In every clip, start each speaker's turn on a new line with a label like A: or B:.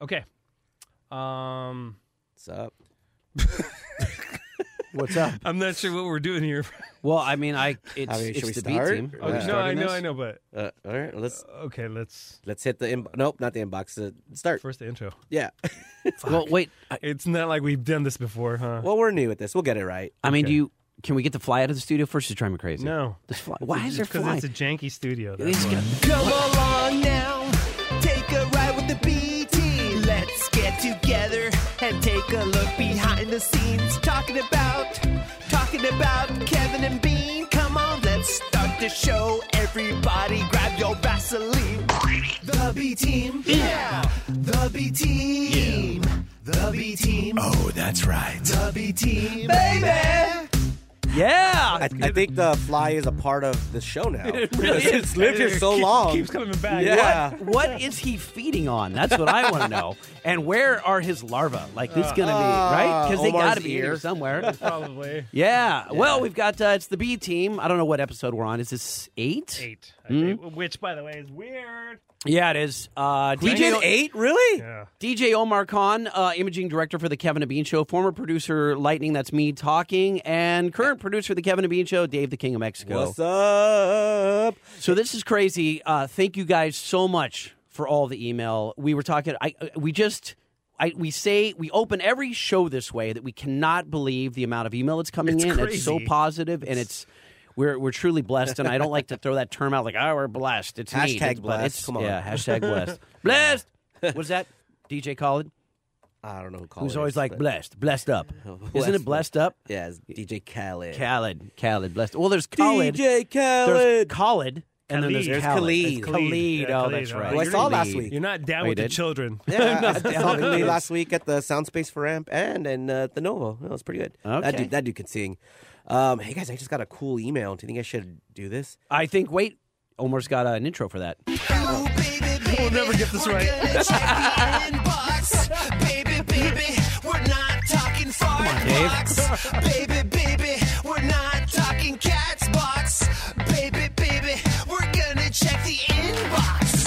A: Okay. Um,
B: What's up?
C: What's up?
A: I'm not sure what we're doing here.
C: Well, I mean, I it's,
B: I mean, should
C: it's
B: we
C: the
B: start?
C: B team.
B: Are
A: Oh,
B: we
A: no, I
B: starting
A: know,
B: this?
A: I know, but
B: Uh, all right, well, let's
A: okay, let's
B: let's hit the inbox. Nope, not the inbox. Uh, start.
A: first the intro.
B: Yeah.
C: Well, wait. I,
A: It's not like we've done this before, huh?
B: well, we're new at this. We'll get it right.
C: I mean,
A: Okay.
C: do you? Can we get the fly out of the studio first? Or drive me crazy.
A: no,
C: This fly- why is there
A: because
C: fly?
A: it's a janky studio.
C: It's
A: That's why.
C: got-
D: Come along now, take a ride with the B team. Let's get together and take a look behind the scenes. Talking about, talking about Kevin and Bean. Come on, let's start the show. Everybody grab your Vaseline. The B team, yeah. The B team, the B team. Oh, that's right. The B team, baby.
C: yeah.
B: I, I think the fly is a part of the show now. it's lived here so
A: Keep-
B: long.
A: Keeps coming back.
B: yeah.
C: What is he feeding on? That's what I want to know. And where are his larvae? Like this gonna be right? Because they
B: Uh, Omar's
C: got to be in here
B: ear.
C: somewhere.
A: Probably
C: Yeah. Well, we've got uh, it's the B team. I don't know what episode we're on. Is this eight? Hmm?
A: eight, I think,
B: Hmm?
A: which by the way is weird.
C: Yeah, it is. Uh,
B: DJ
C: DJ
B: eight, really?
A: Yeah.
C: DJ Omar Khan, uh, imaging director for the Kevin and Bean Show, former producer Lightning, that's me talking, and current producer of the Kevin and Bean Show, Dave the King of Mexico.
B: What's up?
C: So this is crazy. Uh, thank you guys so much for all the email. We were talking. I uh, we just. I, we say we open every show this way that we cannot believe the amount of email that's coming
A: It's
C: in. It's so
A: crazy.
C: positive and it's we're we're truly blessed. And I don't like to throw that term out like oh we're blessed. It's neat.
B: Hashtag
C: It's ble- it's-
B: blessed. Come on.
C: yeah. Hashtag blessed. blessed. What's that? DJ Khaled,
B: I don't know who called
C: who's always like blessed, blessed up. Isn't it blessed up?
B: Yeah, it's DJ Khaled.
C: Khaled, Khaled, blessed. Well, there's Khaled.
B: DJ
C: There's
B: Khaled.
C: Khaled. And then there's
A: Khalid.
C: Khalid.
B: There's
C: Khalid.
A: Khalid. Yeah,
C: Oh,
A: Khalid.
C: that's
A: Oh,
C: right.
B: Who I saw last
C: Khalid.
B: week.
A: You're not down
C: Oh, you
A: with the
C: did?
A: children.
B: Yeah, I- I saw him last week at the Soundspace for Amp and in uh, the Novo. That was pretty good. That
C: Okay.
B: dude, that dude can sing. Um, hey guys, I just got a cool email. Do you think I should do this?
C: I think. Wait, Omar's got uh, an intro for that.
D: Oh, baby, baby,
A: We'll never get this
D: we're
A: right.
D: gonna check the inbox. baby, baby, we're not talking fart
C: Dave.
D: box. Baby, baby, we're not talking cats box. Baby, baby, we're gonna check the inbox.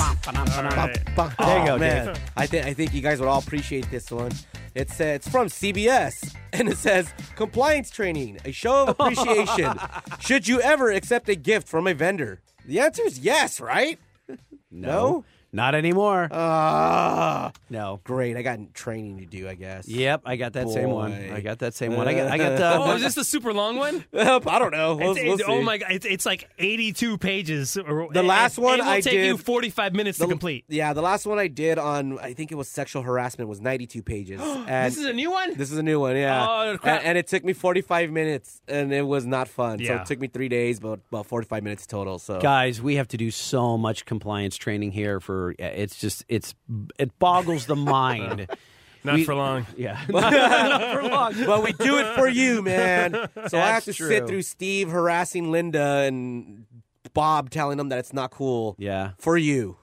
A: Alright.
B: Bah,
C: There you
B: oh,
C: go,
B: man. I think I think you guys would all appreciate this one. It's uh, it's from CBS and it says compliance training, a show of appreciation. Should you ever accept a gift from a vendor? The answer is yes, right? No.
C: Not anymore.
A: Uh,
B: Ah,
C: no.
B: great. I got training to do, I guess.
C: Yep, I got that same one.
B: Boy.
C: I got that same one. I got. I got. Uh,
A: Oh, is this the super long one?
B: I don't know. We'll-
A: It's-
B: we'll
A: it's- oh
B: see.
A: my god, it's, it's like 82 pages. or-
B: The last
A: and-
B: one
A: and it'll
B: I
A: take
B: did-
A: you 45 minutes to
B: The-
A: complete.
B: Yeah, the last one I did on I think it was sexual harassment was 92 pages. and
A: This is a new one.
B: This is a new one, yeah.
A: Oh, crap.
B: And, and it took me 45 minutes, and it was not fun. So
A: Yeah.
B: it took me three days, but about 45 minutes total. So
C: guys, we have to do so much compliance training here. For eh, it's just it's it boggles the mind.
A: Not
C: we-
A: for long.
C: yeah. Not for long.
B: but we do it for you, man. So I
C: That's
B: have to
C: true.
B: sit through Steve harassing Linda and Bob telling them that it's not cool.
C: Yeah.
B: for you.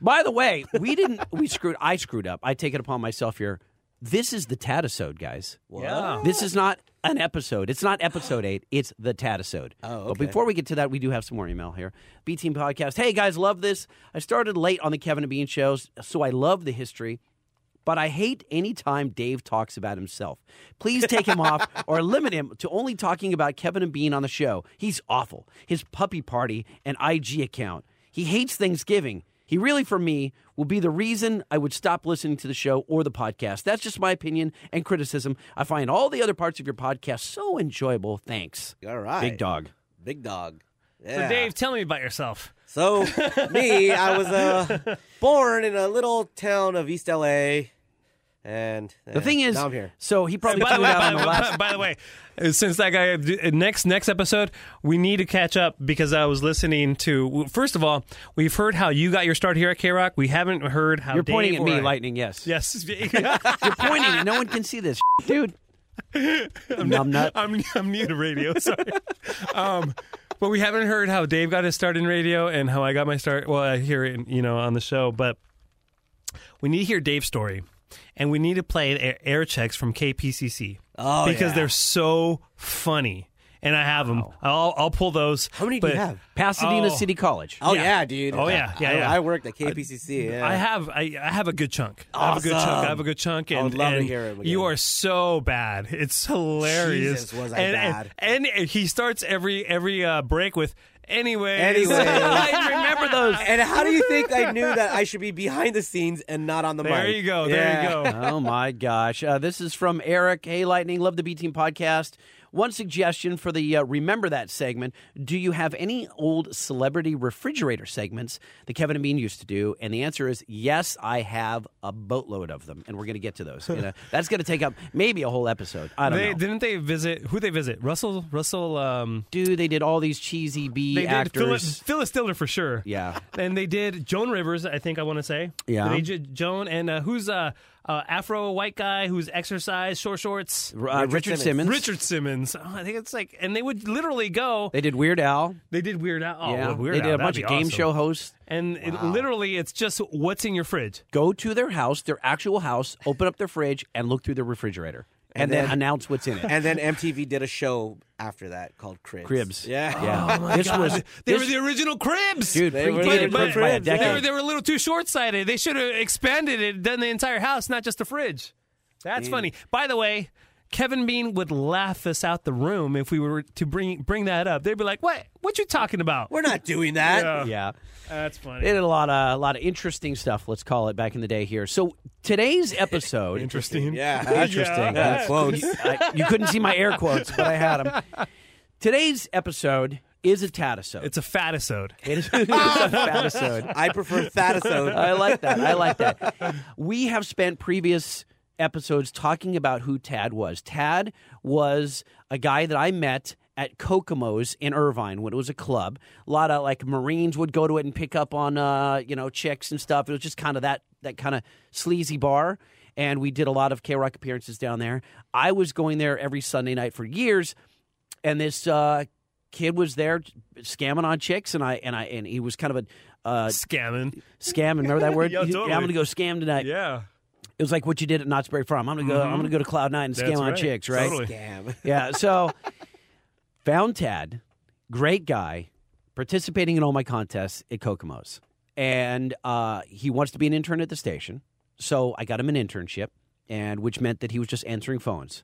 C: By the way, we didn't. We screwed. I screwed up. I take it upon myself here. This is the Tatisode, guys.
A: Yeah.
C: This is not an episode. It's not episode eight. It's the Tatisode.
B: Oh,
C: But
B: okay.
C: before we get to that, we do have some more email here. B Team Podcast. Hey, guys, love this. I started late on the Kevin and Bean shows, so I love the history. But I hate any time Dave talks about himself. Please take him off or limit him to only talking about Kevin and Bean on the show. He's awful. His puppy party and IG account. He hates Thanksgiving. He really, for me, will be the reason I would stop listening to the show or the podcast. That's just my opinion and criticism. I find all the other parts of your podcast so enjoyable. Thanks.
B: All right,
C: Big dog.
B: big dog.
A: So,
B: Yeah.
A: Dave, tell me about yourself.
B: So me, I was uh, born in a little town of East LA, and
C: The thing is,
B: now I'm here.
C: so he probably
A: By the
C: found
A: way,
C: out
A: by,
C: on
A: the
C: the
A: way,
C: last.
A: by the way, uh, since that guy uh, next next episode, we need to catch up because I was listening to. well, First of all, we've heard how you got your start here at K Rock. We haven't heard how
C: You're
A: Dave
C: pointing at
A: or
C: me,
A: I-
C: Lightning. Yes.
A: Yes,
C: You're pointing. No one can see this, dude. Numb nut.
A: I'm I'm new to radio. Sorry, um, but we haven't heard how Dave got his start in radio and how I got my start. Well, I hear it, you know, on the show, but we need to hear Dave's story, and we need to play air, air checks from KPCC
B: Oh,
A: because
B: yeah.
A: they're so funny. and I have them. I'll I'll pull those.
B: How many do you
A: but-
B: have?
C: Pasadena
A: Oh.
C: City College.
B: Oh yeah,
A: Yeah.
B: dude.
A: Oh, yeah, yeah,
B: I,
A: yeah.
B: I worked at KPCC. yeah.
A: I have I, I have a good chunk. I have a good chunk.
B: Awesome.
A: I have a good chunk. And,
B: I would love to
A: and
B: hear him again.
A: You are so bad. It's hilarious.
B: Jesus, was I
A: and,
B: bad.
A: And, and he starts every every uh, break with anyway.
B: Anyways.
C: I remember those.
B: And how do you think I knew that I should be behind the scenes and not on the mic?
A: There you go. There
B: Yeah.
A: you go.
C: oh my gosh. Uh, this is from Eric. Hey, Lightning, love the B Team podcast. One suggestion for the uh, Remember That segment Do you have any old celebrity refrigerator segments that Kevin and Bean used to do? And the answer is yes, I have a boatload of them. And we're going to get to those. You know, that's going to take up maybe a whole episode. I don't
A: They
C: know.
A: didn't they visit who they visit? Russell Russell um
C: Dude, they did all these cheesy B
A: they did Phyllis,
C: actors.
A: Phyllis Diller for sure.
C: Yeah.
A: And they did Joan Rivers, I think I want to say.
C: Yeah.
A: They did Joan and uh, who's uh, uh Afro white guy who's exercise short shorts.
C: Uh, Richard,
B: Richard
C: Simmons.
A: Richard Simmons. Oh, I think it's like, and they would literally go.
C: They did Weird Al.
A: They did Weird Al. Oh,
C: yeah.
A: well, Weird
C: they did
A: Al,
C: a bunch
A: that'd
C: of
A: be
C: game
A: awesome.
C: show hosts.
A: And it, literally, it's just what's in your fridge.
C: go to their house, their actual house, open up their fridge, and look through their refrigerator, and, then,
B: then-
C: announce what's in it.
B: And then MTV did a show after that called Cribs.
C: Cribs.
B: Yeah. Oh
C: yeah. this was
A: They
C: this,
A: were the original cribs,
C: dude
B: They were
C: predated
B: the
C: Cribs by a
B: original Cribs,
A: They were,
C: decade.
A: they were a little too short sighted. They should have expanded it, done the entire house, not just the fridge. That's
B: Mm.
A: funny. By the way, Kevin Bean would laugh us out the room if we were to bring bring that up. They'd be like, "What? What you talking about?"
B: We're not doing that.
C: Yeah,
A: That's
C: they
A: funny.
C: did a lot of a lot of interesting stuff. Let's call it back in the day here. So today's episode,
A: Interesting.
B: Yeah.
C: interesting.
B: Yeah, quotes.
C: You, I- you couldn't see my air quotes, but I had them. Today's episode is a tatisode.
A: It's a fatisode.
C: it is it's a fatisode.
B: I prefer Thatisode.
C: I like that. I like that. We have spent previous episodes talking about who Tad was. Tad was a guy that I met at Kokomo's in Irvine when it was a club. A lot of like Marines would go to it and pick up on uh, you know, chicks and stuff. It was just kind of that that kind of sleazy bar. And we did a lot of K Rock appearances down there. I was going there every Sunday night for years and this uh kid was there scamming on chicks and I and I and he was kind of a uh
A: Scamming.
C: Scam, remember that word?
A: Yeah,
C: You-
A: totally.
C: I'm gonna go scam tonight.
A: Yeah.
C: It was like what you did at Knott's Berry Farm. I'm gonna go. I'm gonna go to Cloud Nine and scam
A: That's
C: on
A: right.
C: chicks, right?
A: Totally.
B: Damn.
C: Yeah. So found Tad, great guy, participating in all my contests at Kokomo's, and uh, he wants to be an intern at the station. So I got him an internship, and which meant that he was just answering phones.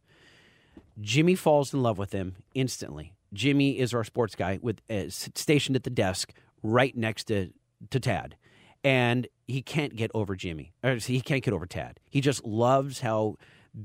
C: Jimmy falls in love with him instantly. Jimmy is our sports guy with uh, s- stationed at the desk right next to to Tad, and he can't get over Jimmy. Or he can't get over Tad. He just loves how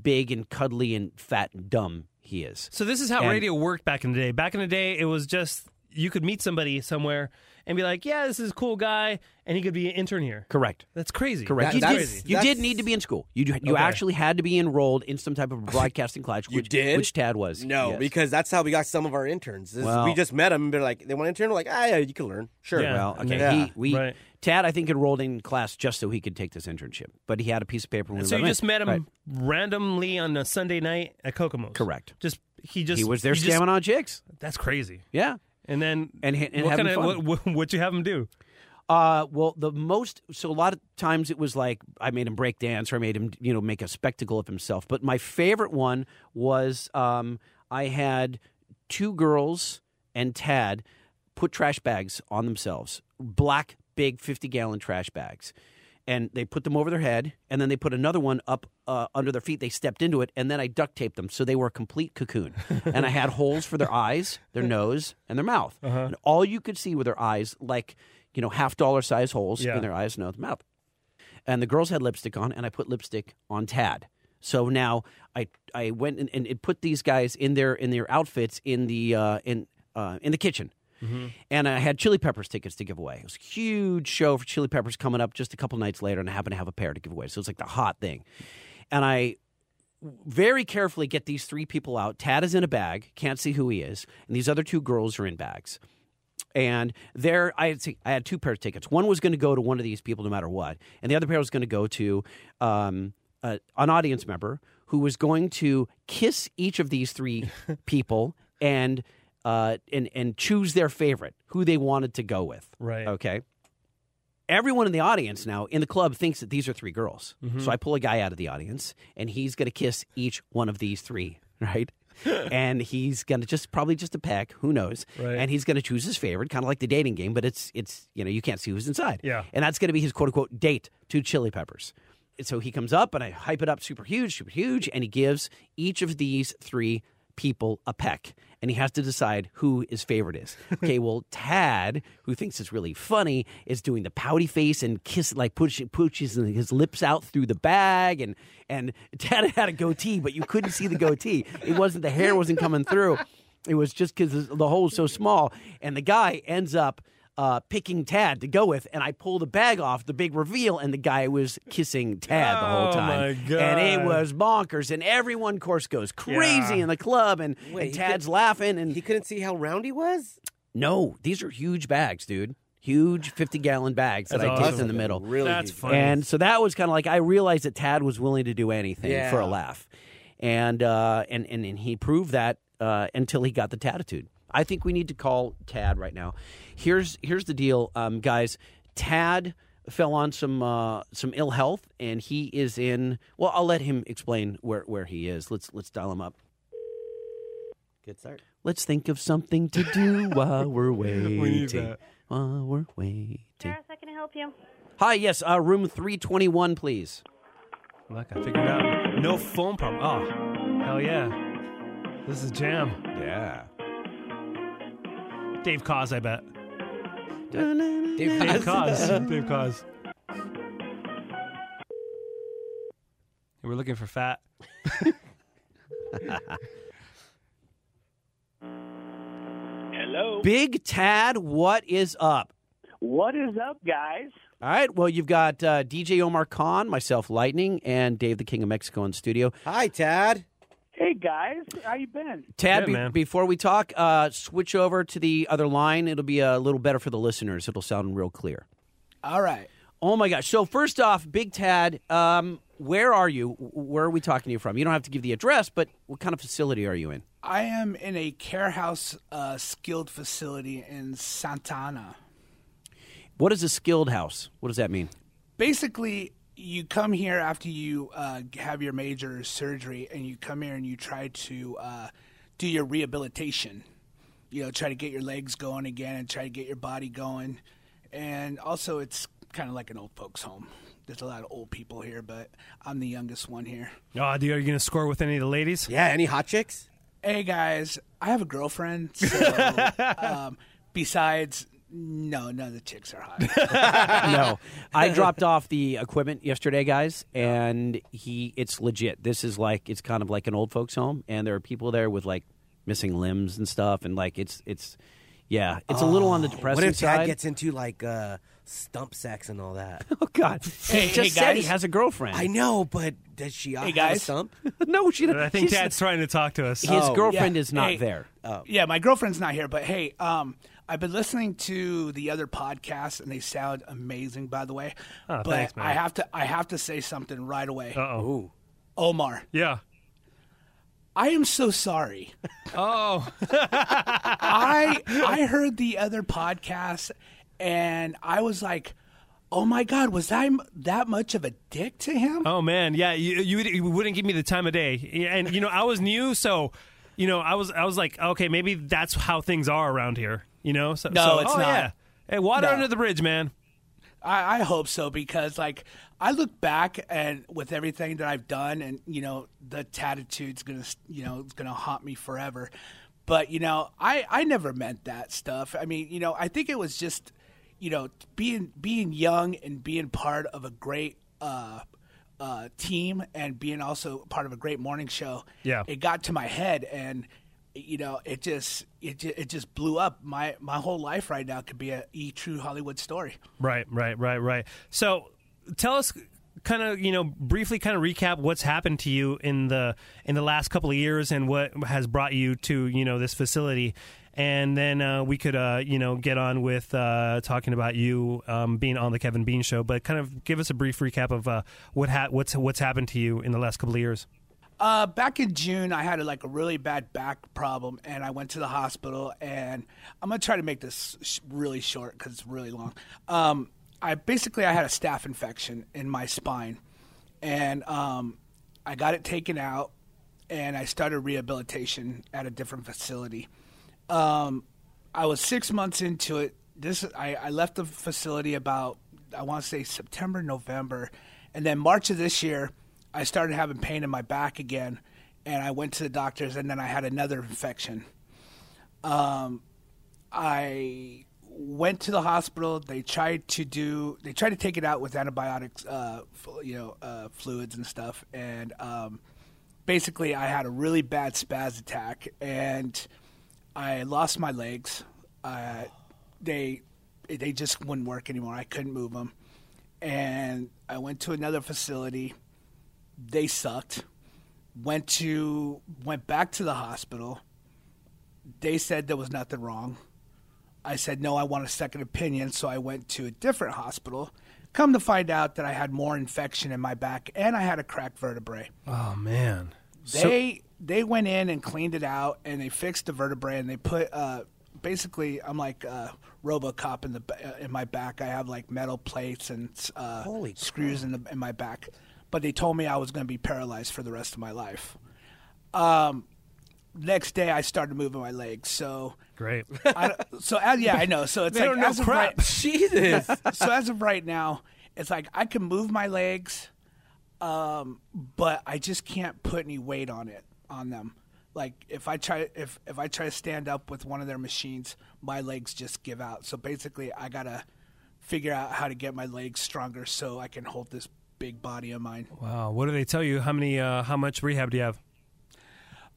C: big and cuddly and fat and dumb he is.
A: So this is how
C: And-
A: radio worked back in the day. Back in the day, it was just you could meet somebody somewhere and be like, "Yeah, this is a cool guy," and he could be an intern here.
C: Correct.
A: That's crazy.
C: Correct.
B: That-
C: you
B: that's-
C: did, you
B: that's-
C: did need to be in school. You you
A: Okay.
C: actually had to be enrolled in some type of broadcasting college.
B: You
C: which,
B: did?
C: Which Tad was.
B: No,
C: Yes.
B: because that's how we got some of our interns. This-
C: Well-
B: we just met them and they're like, they want to intern? We're like, ah, yeah, you can learn. Sure.
A: Yeah.
C: Well, okay.
B: Yeah.
C: He, we
A: Right.
C: Tad, I think, enrolled in class just so he could take this internship, but he had a piece of paper. When we
A: So
C: let
A: you just
C: in.
A: met him
C: Right.
A: randomly on a Sunday night at Kokomo's.
C: Correct.
A: Just he just
C: He was there
A: you just-
C: scamming on chicks.
A: That's crazy.
C: Yeah.
A: And then
C: And ha- and
A: what
C: having
A: kinda-
C: fun.
A: What, what, what'd you have him do?
C: Uh, well, the most so a lot of times it was like I made him break dance or I made him you know make a spectacle of himself. But my favorite one was um, I had two girls and Tad put trash bags on themselves, black big fifty gallon trash bags, and they put them over their head, and then they put another one up uh, under their feet. They stepped into it, and then I duct taped them so they were a complete cocoon. and I had holes for their eyes, their nose, and their mouth, and all you could see were their eyes, like you know, half dollar size holes
A: Yeah.
C: in their eyes, nose, and mouth. And the girls had lipstick on, and I put lipstick on Tad. So now I I went and, and it put these guys in their in their outfits in the uh, in uh, in the kitchen. And I had Chili Peppers tickets to give away. It was a huge show for Chili Peppers coming up just a couple nights later, and I happened to have a pair to give away. So it was like the hot thing. And I very carefully get these three people out. Tad is in a bag, can't see who he is, and these other two girls are in bags. And there, I had, I had two pair of tickets. One was going to go to one of these people no matter what, and the other pair was going to go to um, a, an audience member who was going to kiss each of these three people and uh, and and choose their favorite, who they wanted to go with.
A: Right.
C: Okay. Everyone in the audience now in the club thinks that these are
A: Mm-hmm.
C: three girls. So I pull a guy out of the audience and he's going to kiss each one of these three, right? and he's gonna just probably just a peck, who knows?
A: Right.
C: And he's gonna choose his favorite, kind of like the dating game, but it's it's you know you can't see who's inside.
A: Yeah.
C: and that's gonna be his quote unquote date to Chili Peppers. And so he comes up and I hype it up super huge, super huge, and he gives each of these three people a peck. And he has to decide who his favorite is. Okay, well, Tad, who thinks it's really funny, is doing the pouty face and kiss like push, pushes his lips out through the bag. And and Tad had a goatee, but you couldn't see the goatee. It wasn't the hair wasn't coming through. It was just because the hole's so small. And the guy ends up uh, picking Tad to go with, and I pull the bag off, the big reveal, and the guy was kissing Tad the
A: Oh,
C: whole time.
A: my God.
C: And it was bonkers, and everyone, of course, goes crazy
A: Yeah.
C: in the club, and,
B: Wait,
C: and
B: he
C: Tad's laughing. And
B: He couldn't see how round he was.
C: no, these are huge bags, dude. Huge 50 gallon bags that
A: That's
C: I dipped
A: awesome.
C: in the middle.
B: Really
A: That's
B: huge.
A: funny.
C: And so that was kind of like I realized that Tad was willing to do anything
B: Yeah.
C: for a laugh, and uh, and and and he proved that uh, until he got the tatitude. I think we need to call Tad right now. Here's here's the deal, um, guys. Tad fell on some uh, some ill health, and he is in. Well, I'll let him explain where where he is. Let's let's dial him up.
B: Good start.
C: Let's think of something to do while we're waiting.
A: need that.
C: While we're waiting.
E: Yes, I can help you.
C: Hi, yes, uh, room three twenty one, please.
A: Look, I figured out. No phone problem. Oh, hell yeah. This is a jam.
C: Yeah.
A: Dave Cause, I bet.
C: Dave
A: Dave Cause. Dave Cause. We're looking for fat.
F: Hello.
C: Big Tad, what is up?
F: What is up, guys?
C: All right, well, you've got uh, DJ Omar Khan, myself, Lightning, and Dave, the King of Mexico, in studio.
B: Hi, Tad.
F: Hey, guys, how you been?
C: Tad,
A: Yeah,
C: be-
A: man.
C: before we talk, uh, switch over to the other line. It'll be a little better for the listeners. It'll sound real clear.
F: All right.
C: Oh my gosh! So first off, Big Tad, um, where are you? W- Where are we talking to you from? You don't have to give the address, but what kind of facility are you in?
F: I am in a care house uh, skilled facility in Santana.
C: What is a skilled house? What does that mean?
F: Basically, you come here after you uh, have your major surgery, and you come here and you try to uh, do your rehabilitation. You know, try to get your legs going again and try to get your body going. And also, it's kind of like an old folks' home. There's a lot of old people here, but I'm the youngest one here.
A: Oh, dude, are you going to score with any of the ladies?
B: Yeah, any hot chicks?
F: hey guys, I have a girlfriend. So, um, besides, no, none of the chicks are hot.
C: no, I dropped off the equipment yesterday, guys, and he it's legit. This is like it's kind of like an old folks' home, and there are people there with like missing limbs and stuff, and like it's it's yeah, it's a little on the
B: Oh, What
C: depressing
B: if Tad
C: side.
B: gets into like uh, stump sex and all that?
C: oh God,
F: Hey,
C: he
F: hey,
C: just said he
F: guys.
C: has a girlfriend.
B: I know, but does she hey, have a
F: guys.
B: stump?
C: no, she.
A: I think
C: she's-
A: Dad's trying to talk to us.
C: his
B: Oh,
C: girlfriend
F: yeah. Oh.
C: is not
F: Hey.
C: there.
F: yeah, my girlfriend's not here, but hey, um, I've been listening to the other podcasts, and they sound amazing, by the way.
A: Oh,
F: but
A: thanks, man.
F: I have to, I have to say something right away.
A: Uh-oh.
F: Omar,
A: Yeah.
F: I am so sorry.
A: Oh.
F: I I heard the other podcast, and I was like, oh my god, was I m- that much of a dick to him?
A: Oh man, yeah, you, you, would- you wouldn't give me the time of day, and you know I was new, so you know I was I was like, okay, maybe that's how things are around here, you know. So,
F: No,
A: so-
F: it's
A: oh,
F: not.
A: Yeah. Hey, water
F: No.
A: under the bridge, man.
F: I, I hope so because like I look back and with everything that I've done and you know the tattitude's gonna you know it's gonna haunt me forever. But you know I I never meant that stuff. I mean you know I think it was just you know being being young and being part of a great uh, uh, team and being also part of a great morning show.
A: Yeah.
F: it got to my head and. You know, it just it ju- it just blew up. My my whole life right now could be a e true Hollywood story.
A: Right, right, right, right. So tell us, kind of you know briefly, kind of recap what's happened to you in the in the last couple of years and what has brought you to you know this facility. And then uh, we could, uh, you know, get on with uh, talking about you um, being on the Kevin Bean Show. But kind of give us a brief recap of uh, what ha- what's what's happened to you in the last couple of years.
F: Uh, back in June, I had like a really bad back problem, and I went to the hospital. And I'm gonna try to make this sh- really short because it's really long. Um, I basically I had a staph infection in my spine, and um, I got it taken out, and I started rehabilitation at a different facility. Um, I was six months into it. This I, I left the facility about I want to say September, November, and then March of this year, I started having pain in my back again, and I went to the doctors, and then I had another infection. Um, I went to the hospital. They tried to do. They tried to take it out with antibiotics, uh, fu- you know, uh, fluids and stuff. And um, basically, I had a really bad spaz attack, and I lost my legs. Uh, they they just wouldn't work anymore. I couldn't move them. And I went to another facility. They sucked. Went to went back to the hospital they said there was nothing wrong. I said, no, I want a second opinion. So I went to a different hospital. Come to find out that I had more infection in my back and I had a cracked vertebrae.
A: Oh man.
F: They they went in and cleaned it out and they fixed the vertebrae and they put uh, basically I'm like uh, RoboCop in the ba- uh, in my back. I have like metal plates and uh,
B: Holy
F: screws in the in my back. But they told me I was going to be paralyzed for the rest of my life. Um, next day I started moving my legs. So
A: Great.
F: I don't- so uh, yeah, I know. So it's
A: They
F: like
A: don't know
F: as of
A: crap.
F: right-
B: Jesus.
F: so as of right now, it's like I can move my legs, um, but I just can't put any weight on it on them. Like if I try if if I try to stand up with one of their machines, my legs just give out. So basically, I gotta figure out how to get my legs stronger so I can hold this big body of mine.
A: Wow. What do they tell you? How many? Uh, how much rehab do you have?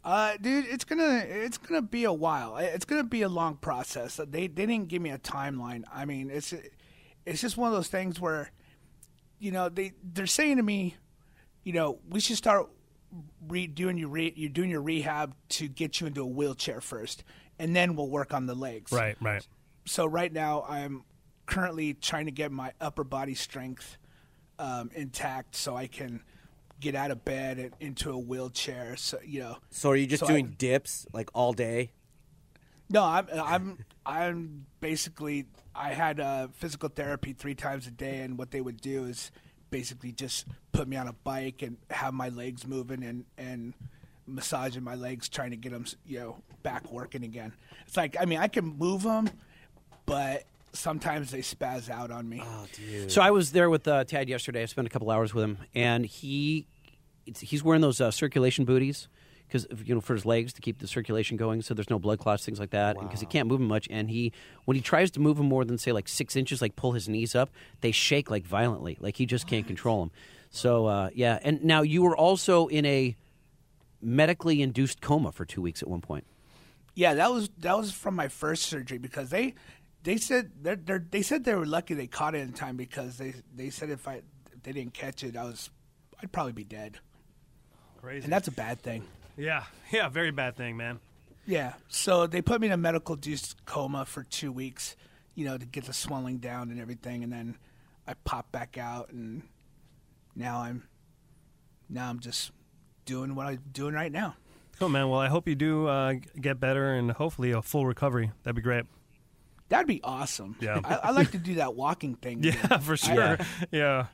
F: Uh, dude, it's gonna it's gonna be a while. It's gonna be a long process. They they didn't give me a timeline. I mean, it's it's just one of those things where, you know, they they're saying to me, you know, we should start redoing your re- you're doing your rehab to get you into a wheelchair first, and then we'll work on the legs.
A: Right. Right.
F: So right now I'm currently trying to get my upper body strength um, intact so I can get out of bed and into a wheelchair. So you know.
B: So are you just
F: So I-
B: doing dips like all day?
F: No, I'm I'm I'm basically I had uh, physical therapy three times a day, and what they would do is basically just put me on a bike and have my legs moving and and massaging my legs, trying to get them you know back working again. It's like I mean I can move them, but sometimes they spaz out on me.
C: So I was there with uh, Tad yesterday. I spent a couple hours with him, and he it's, he's wearing those uh, circulation booties because you know for his legs to keep the circulation going, so there's no blood clots, things like that. Because he can't move them much, and he when he tries to move them more than say like six inches, like pull his knees up, they shake like violently, like he just can't control them. So uh, yeah, and now you were also in a medically induced coma for two weeks at one point.
F: Yeah, that was that was from my first surgery because they they said they're, they're, they said they were lucky they caught it in time because they they said if I if they didn't catch it I was I'd probably be dead
A: Crazy.
F: and that's a bad thing.
A: yeah. Yeah. Very bad thing, man.
F: Yeah, so they put me in a medical induced coma for two weeks, you know, to get the swelling down and everything, and then I popped back out and now I'm now I'm just doing what I'm doing right now.
A: Cool, man. Well, I hope you do uh, g- get better and hopefully a full recovery. That'd be great.
F: That'd be awesome.
A: Yeah.
F: I, I like to do that walking thing. again.
A: Yeah, for sure. Yeah.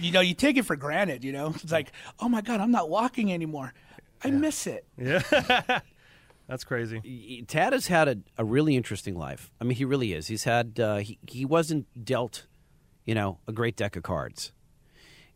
F: you know, you take it for granted, you know? It's like, oh my God, I'm not walking anymore. I miss it.
A: Yeah. That's crazy.
C: Tad has had a, a really interesting life. I mean, he really is. He's had uh, he he wasn't dealt, you know, a great deck of cards,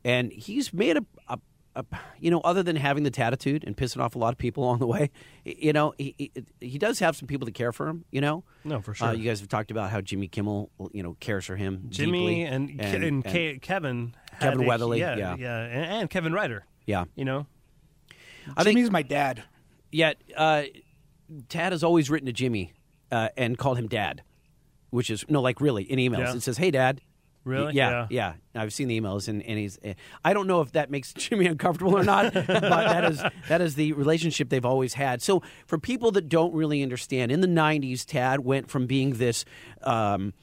C: and he's made a, a, a you know, other than having the tattitude and pissing off a lot of people along the way, y- you know, he he, he does have some people that care for him. You know,
A: No, for
C: Uh,
A: sure.
C: you guys have talked about how Jimmy Kimmel, you know, cares for him. deeply,
A: Jimmy and, Ke- and, Ke- Kevin. had
C: Kevin
A: a-
C: Weatherly,
A: Yeah.
C: yeah.
A: And, and Kevin Ryder.
C: yeah,
A: You know?
C: I think-
F: Jimmy's my dad.
C: Yet, uh, Tad has always written to Jimmy uh, and called him Dad, which is no, like really in emails.
A: Yeah.
C: It says, "Hey, Dad."
A: Really?
C: Yeah, yeah. I've seen the emails, and, and he's. eh, I don't know if that makes Jimmy uncomfortable or not, but that is that is the relationship they've always had. So, for people that don't really understand, in the '90s, Tad went from being this. Um,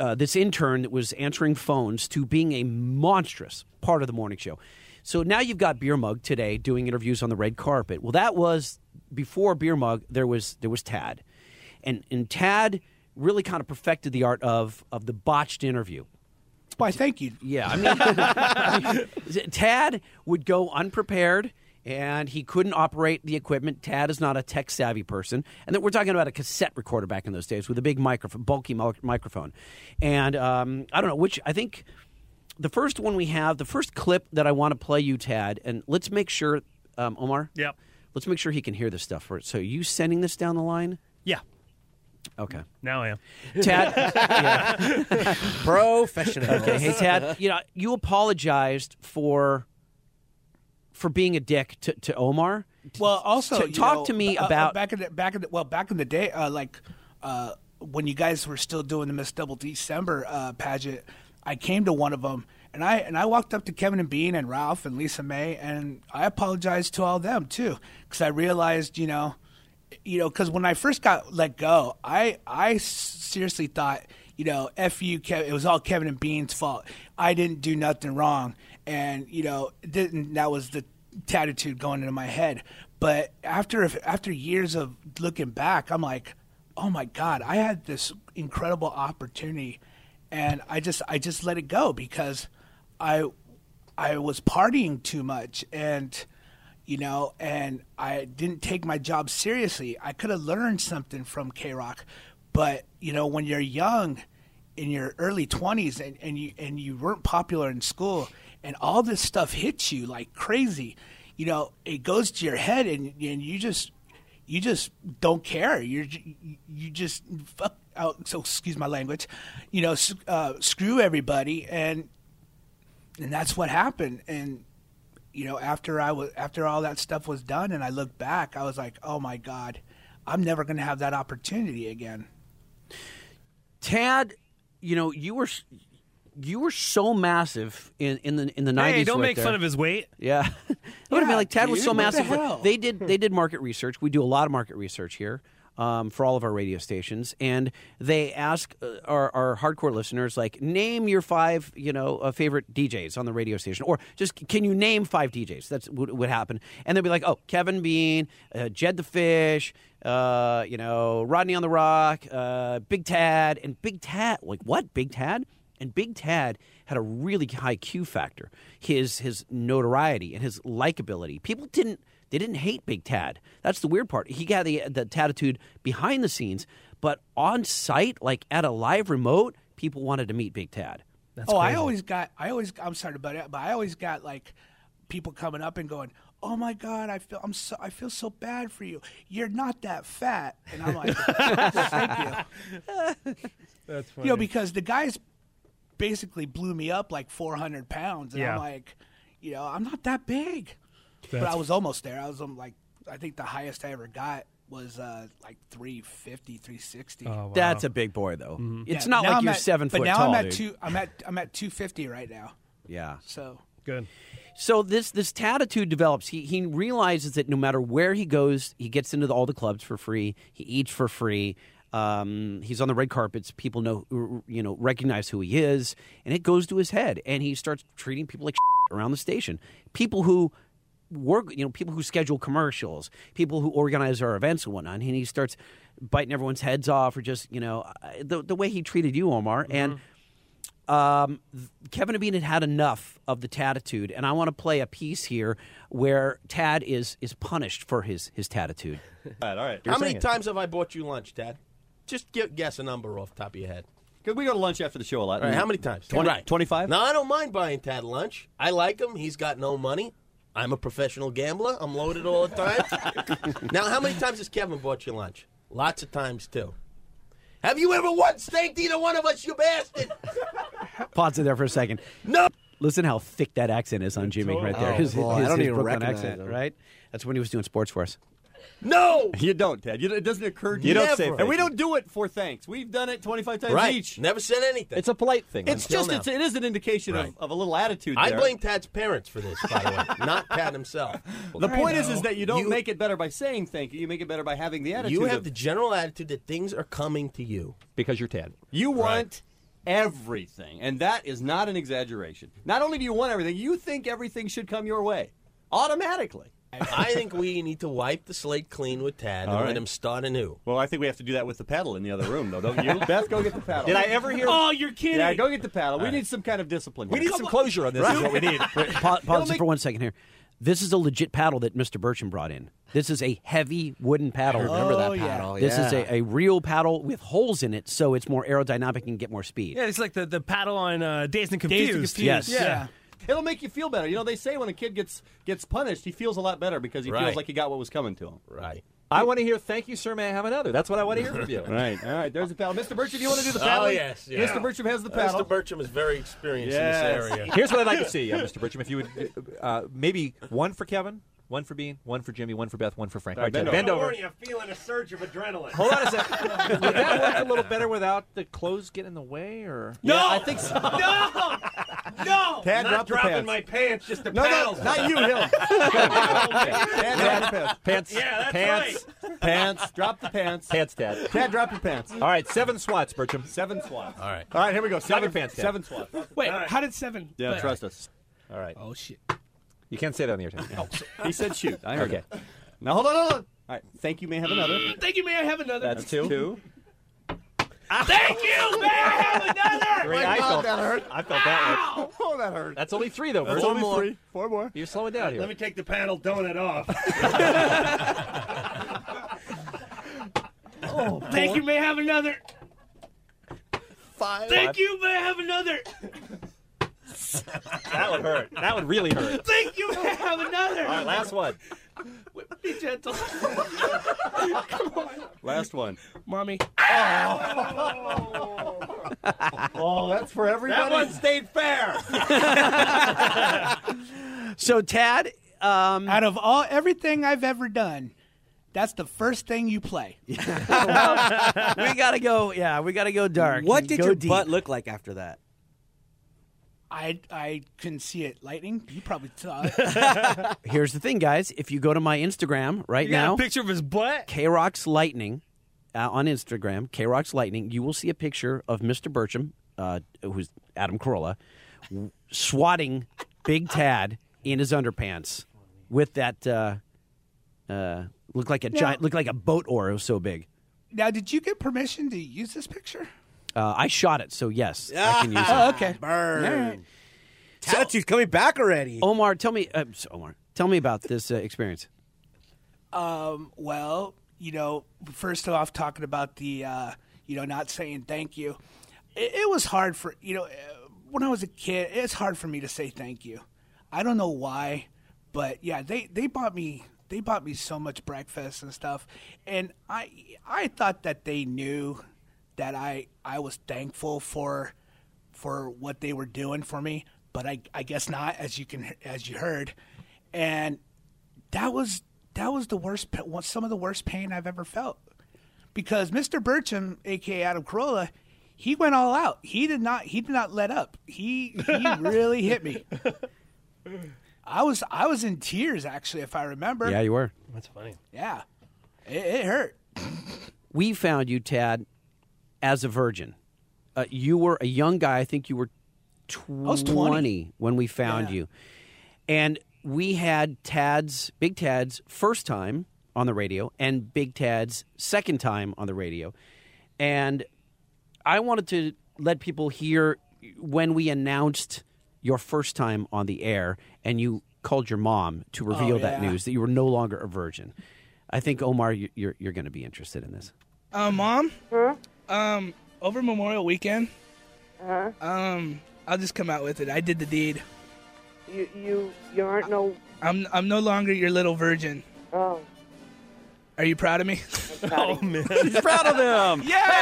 C: uh, this intern that was answering phones to being a monstrous part of the morning show. So now you've got Beer Mug today doing interviews on the red carpet. Well, that was before Beer Mug. There was there was Tad, and and Tad really kind of perfected the art of of the botched interview.
F: Why, thank you.
C: Yeah, I mean, Tad would go unprepared and he couldn't operate the equipment. Tad is not a tech savvy person, and then we're talking about a cassette recorder back in those days with a big microphone, bulky mi- microphone, and um, I don't know which. I think the first one we have, the first clip that I want to play you, Tad, and let's make sure, um, Omar.
A: Yep.
C: Let's make sure he can hear this stuff. For so you sending this down the line?
A: Yeah.
C: Okay.
A: Now I am.
C: Tad,
B: Professional.
C: Okay, hey Tad, you know you apologized for for being a dick to, to Omar.
F: Well, also
C: t-
F: you
C: talk
F: know,
C: to me
F: uh, uh,
C: about-
F: back in the back in the well back in the day, uh, like uh, when you guys were still doing the Miss Double December uh, pageant. I came to one of them, and I and I walked up to Kevin and Bean and Ralph and Lisa May, and I apologized to all them too, because I realized, you know, you know, because when I first got let go, I I s- seriously thought, you know, f you, Kev- it was all Kevin and Bean's fault. I didn't do nothing wrong, and you know, didn't that was the tattitude going into my head. But after after years of looking back, I'm like, oh my god, I had this incredible opportunity, and I just I just let it go because I I was partying too much and you know and I didn't take my job seriously. I could have learned something from K-Rock, but you know when you're young in your early 20s and, and you and you weren't popular in school and all this stuff hits you like crazy, you know, it goes to your head and and you just you just don't care. You're j- you just fuck out. So excuse my language, you know, s- uh, screw everybody, and and that's what happened. And you know, after I was after all that stuff was done, and I looked back, I was like, oh my god, I'm never going to have that opportunity again.
C: Tad, you know you were s- you were so massive in in the in the nineties.
A: Hey, don't make fun of his weight.
C: Yeah, I would have been like Tad was
F: dude,
C: so
F: what the
C: massive.
F: hell?
C: They did they did market research. We do a lot of market research here um, for all of our radio stations, and they ask uh, our, our hardcore listeners like, name your five you know uh, favorite DJs on the radio station, or just can you name five DJs? That's what would happen, and they'd be like, oh, Kevin Bean, uh, Jed the Fish. Uh, you know, Rodney on the Rock, uh, Big Tad, and Big Tad. Like what? Big Tad? And Big Tad had a really high Q factor. His his notoriety and his likability. People didn't they didn't hate Big Tad. That's the weird part. He got the the attitude behind the scenes, but on site, like at a live remote, people wanted to meet Big Tad.
F: oh, I always got, I always, I'm sorry about it, but I always got like people coming up and going, "Oh my God, I feel, I'm so, I feel so bad for you. You're not that fat," and I'm like, "Thank you."
A: That's funny.
F: you know, because the guys basically blew me up like 400 pounds, and
A: Yeah.
F: I'm like, you know, I'm not that big, but I was almost there. I was um, like, I think the highest I ever got was uh, like 350, 360.
C: Oh,
B: Oh,
C: That's a big boy though.
B: Mm-hmm.
C: It's
F: Yeah,
C: not
F: now
C: like
F: I'm
C: you're
F: at-
C: seven
F: but
C: foot
F: now
C: tall.
F: I'm at
C: dude.
F: two. I'm at I'm at 250 right now.
C: Yeah.
F: So
A: good.
C: So this this attitude develops. He he realizes that no matter where he goes, he gets into the, all the clubs for free. He eats for free. Um, he's on the red carpets. People know, you know, recognize who he is, and it goes to his head. And he starts treating people like shit around the station. People who work, you know, people who schedule commercials, people who organize our events and whatnot. And he starts biting everyone's heads off, or just you know, I- the the way he treated you, Omar,
B: Mm-hmm.
C: and um, th- Kevin Abeen had had enough of the tattitude, and I want to play a piece here where Tad is is punished for his his tattitude.
E: All right, all right.
G: How many times have I bought you lunch, Dad? Just gu guess a number off the top of your head.
E: Because we go to lunch after the show a lot. Mm.
G: All right, how many times?
E: 20
G: Right.
E: 25?
G: No, I don't mind buying Tad lunch. I like him. He's got no money. I'm a professional gambler. I'm loaded all the time. now, how many times has Kevin bought you lunch? Lots of times, too. Have you ever once thanked either one of us, you bastard?
C: Pause it there for a second.
G: No.
C: Listen how thick that accent is on Jimmy right there.
B: Oh, boy, I don't even recognize him.
C: right? That's when he was doing sports for us.
G: No.
E: You don't, Ted. You don't- it doesn't occur to you.
G: You don't say
E: And we
G: thank
E: don't do it for thanks. We've done it 25 times
G: Right.
E: each.
G: Never said anything.
E: It's a polite thing. It's
G: Until
E: just,
G: now.
E: it's, it is an indication
G: Right.
E: of, of a little attitude
G: I
E: there.
G: blame Tad's parents for this, by the way, not Tad himself.
E: The point is, is that you don't
G: You-
E: make it better by saying thank you. You make it better by having the attitude.
G: you have
E: of-
G: the general attitude that things are coming to you.
E: because you're Tad. You want everything, and that is not an exaggeration. Not only do you want everything, you think everything should come your way automatically.
G: I think we need to wipe the slate clean with Tad and
E: right.
G: let him start anew.
E: Well, I think we have to do that with the paddle in the other room, though, don't you? Beth, go get the paddle. Did I ever hear?
A: Oh, you're kidding.
E: Yeah, go get the paddle. We need some kind of discipline.
G: We need some closure on this. Is what we need.
C: Pa- pause it for one second here. This is a legit paddle that Mr. Burchin brought in. This is a heavy wooden paddle.
B: remember that Oh, yeah. paddle,
C: This is
B: yeah.
C: a, a real paddle with holes in it, so it's more aerodynamic and get more speed.
A: Yeah, it's like the, the paddle on uh, Days and Confused.
F: Dazed and confused.
C: Yes.
F: Yeah.
A: Yeah.
E: It'll make you feel better. You know, they say when a kid gets gets punished, he feels a lot better because he
G: Right.
E: feels like he got what was coming to him.
G: Right.
H: I want to hear thank you, sir. May I have another? That's what I want to hear from you.
E: Right. All right. There's the paddle. Mr. Bertram, you want to do the
G: Oh,
E: paddle?
G: yes, yeah.
E: Mr. Bertram has the paddle.
G: Mr. Bertram is very experienced in
E: Yes.
G: this area.
H: Here's what I'd like to see, uh, Mr. Bertram. If you would, uh, maybe one for Kevin, one for Bean, one for Jimmy, one for Beth, one for Frank. Right,
E: bend
H: Ted, bend over.
G: I'm feeling a surge of adrenaline.
H: Hold on a second. Would that work a little better without the clothes getting in the way, or
E: no, I think so.
H: Tad
G: Not dropping my pants, just the
E: No, no,
G: paddles.
E: not you, him. Dad, drop your pants.
H: pants?
G: that's
H: pants,
E: Pants. Drop the pants.
H: pants, Dad.
E: Dad, drop your pants.
H: All right, seven swats, Bertram.
E: Seven swats.
G: All right.
E: All right, here we go.
H: your
E: Seven
H: pants down.
E: Seven swats.
F: Wait, how did seven?
E: Yeah,
F: but-
E: trust us.
H: All right,
F: Oh shit.
H: you can't say that on the air. Oh,
E: He said shoot. I heard
H: Okay.
E: it. Now hold on, hold on. All right. Thank you. May I have another.
F: Mm, Thank you. May I have another?
H: That's two.
E: Two.
F: Thank you. May I have another?
H: Three. I felt that hurt. I felt that. One.
E: Oh, that hurt.
H: That's only three though. Bertram.
G: Four more.
E: Four more.
H: You're slowing down here.
G: Let me take the paddle donut off.
C: Oh,
F: Oh, Thank you. May I have another?
G: Five.
F: Thank you. May I have another?
H: that would hurt. That would really hurt.
F: Thank you. May I have
H: All
F: another?
H: right, last one.
F: Be gentle,
E: Last one.
F: mommy.
E: Oh, that's for everybody.
G: That one stayed fair.
C: So Tad, um,
F: Out of all everything I've ever done, that's the first thing you play.
C: we gotta go. Yeah, we gotta go dark.
B: What did
C: Go
B: your
C: deep.
B: butt look like after that?
F: I I couldn't see it. Lightning. You probably saw it.
C: Here's the thing, guys. If you go to my Instagram right
A: You got
C: now,
A: a picture of his butt?
C: K Rocks Lightning uh, on Instagram, K Rocks Lightning, you will see a picture of Mr. Burcham, uh, who's Adam Carolla, w- swatting Big Tad in his underpants with that uh, uh, look like a giant, look like a boat oar. It was so big.
F: now, did you get permission to use this picture?
C: Uh, I shot it, so yes, I can use it.
F: Oh, okay.
B: Burn. Attitude's coming back already.
C: Omar, tell me, uh, so- Omar, tell me about this uh, experience.
F: Um, well, you know, first off, talking about the, uh, you know, not saying thank you, it, it was hard for, you know, uh, when I was a kid, it's hard for me to say thank you. I don't know why, but yeah, they, they bought me they bought me so much breakfast and stuff, and I I thought that they knew that I I was thankful for for what they were doing for me, but I I guess not, as you can as you heard, and that was that was the worst pa- one- some of the worst pain I've ever felt because Mr. Burcham, aka Adam Carolla, he went all out. He did not he did not let up. He he really hit me. I was I was in tears actually, if I remember.
C: Yeah, you were.
A: That's funny.
F: Yeah. It, it hurt.
C: we found you, Tad, as a virgin. Uh, you were a young guy. I think you were 20,
F: was 20.
C: when we found
F: Yeah.
C: you. And we had Tad's, Big Tad's first time on the radio and Big Tad's second time on the radio. And I wanted to let people hear when we announced your first time on the air and you called your mom to reveal that
F: Oh, yeah.
C: news that you were no longer a virgin. I think, Omar, you- you're, you're going to be interested in this.
I: Uh, mom.
J: Hmm?
I: Um, over Memorial Weekend.
J: Uh-huh.
I: Um, I'll just come out with it. I did the deed.
J: You you you aren't no
I: I'm I'm no longer your little virgin.
J: oh
I: Are you proud of me?
A: Oh, man.
H: proud of them. Yeah.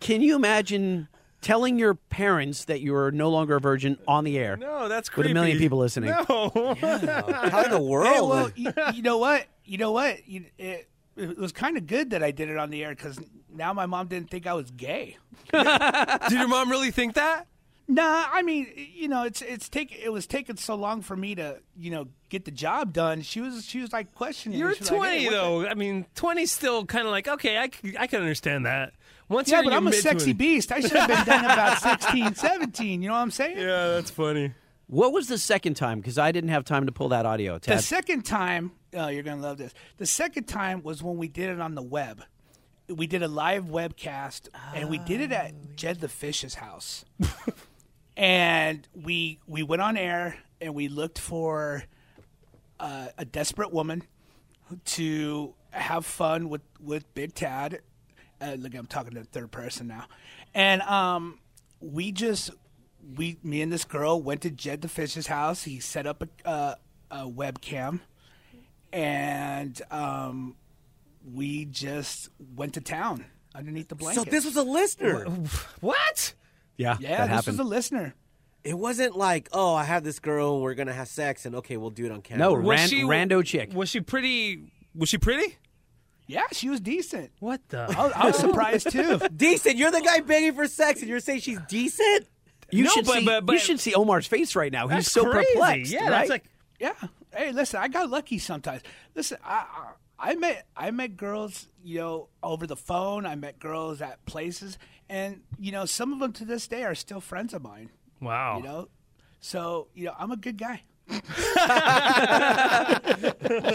C: Can you imagine telling your parents that you're no longer a virgin on the air
A: No, that's
C: with
A: creepy.
C: a million people listening?
A: No.
B: How in the world?
F: Hey, well, you, you know what? You know what? You, it, it was kind of good that I did it on the air because now my mom didn't think I was gay.
A: Did your mom really think that?
F: Nah, I mean, you know, it's it's take it was taking so long for me to you know get the job done. She was she was like questioning. me.
A: You're
F: She was like,
A: 20
F: "Hey, what the-"
A: though. I mean, 20's still kind of like okay, I, c- I can understand that. Once
F: Yeah,
A: you're
F: but
A: in your
F: I'm a
A: mid-
F: sexy
A: 20s.
F: beast. I should have been done about 16, 17. You know what I'm saying?
A: Yeah, that's funny.
C: What was the second time? Because I didn't have time to pull that audio.
F: The
C: Ted.
F: second time, oh, you're gonna love this. The second time was when we did it on the web. We did a live webcast, and we did it at Jed the Fish's house. and we we went on air. and we looked for uh, a desperate woman to have fun with with Big Tad. Uh, look, I'm talking to the third person now, and um, we just we me and this girl went to Jed the Fish's house. He set up a, uh, a webcam, and um, we just went to town underneath the blanket.
B: this was a listener.
A: What?
B: Yeah,
F: Yeah,
B: that
F: this
B: happened.
F: was a listener.
B: It wasn't like, oh, I have this girl, we're gonna have sex, and okay, we'll do it on camera.
C: No, ran- rando chick.
A: Was she pretty? Was she pretty?
F: Yeah, she was decent.
A: What the?
F: I was, I was surprised too.
B: decent. You're the guy begging for sex, and you're saying she's decent.
C: You
A: No,
C: should
A: but-
C: see.
A: but- but-
C: you should see Omar's face right now. He's
A: That's
C: so
A: crazy.
C: perplexed.
A: Yeah,
C: right?
A: that's like
F: Yeah. Hey, listen, I got lucky sometimes. Listen, I, I I met I met girls, you know, over the phone. I met girls at places, and you know, some of them to this day are still friends of mine.
A: wow.
F: You know, so you know, I'm a good guy.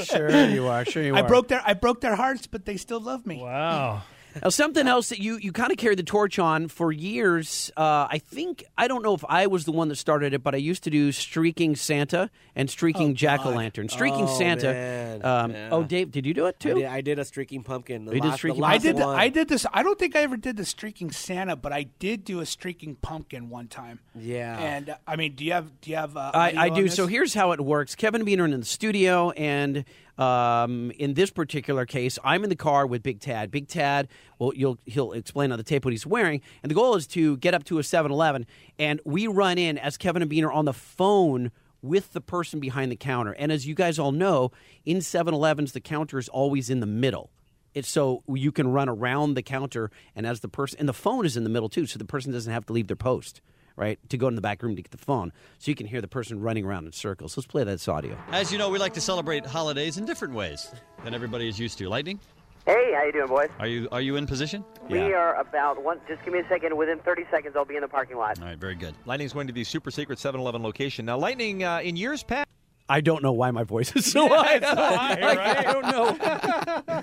C: sure you are. Sure you
F: I broke their I broke their hearts, but they still love me.
A: Wow.
C: Now, something else that you, you kind of carried the torch on for years. Uh, I think I don't know if I was the one that started it, but I used to do streaking Santa and
F: Oh,
C: streaking jack o' lantern. Streaking
B: Oh,
C: Santa.
B: man.
C: Um,
B: Yeah.
C: Oh, Dave, did you do it
B: I
C: too?
B: did, I did a streaking pumpkin. The
C: You did
B: last,
C: streaking
B: The last
F: I did. The,
B: One.
F: I did this. I don't think I ever did the streaking Santa, but I did do a streaking pumpkin one time.
B: Yeah.
F: And uh, I mean, do you have do you have? Uh,
C: I,
F: audio
C: I
F: on
C: do.
F: this?
C: So here's how it works. Kevin Beaner in the studio, and um, in this particular case, I'm in the car with Big Tad. Big Tad, well, you'll, he'll explain on the tape what he's wearing, and the goal is to get up to a 7-Eleven, and we run in as Kevin and Beaner on the phone with the person behind the counter. And as you guys all know, in 7-Elevens, the counter is always in the middle. It's so you can run around the counter, and as the person, and the phone is in the middle too, so the person doesn't have to leave their post right, to go in the back room to get the phone so you can hear the person running around in circles. Let's play this audio.
E: As you know, we like to celebrate holidays in different ways than everybody is used to. Lightning,
J: Hey, how you doing, boys?
E: are you are you in position?
J: We are about one. Just give me a second. Within 30 seconds, I'll be in the parking lot.
E: All right, very good.
H: Lightning's going to the super secret 7 Eleven location. Now, Lightning, uh, in years past.
C: I don't know why my voice is so high. I don't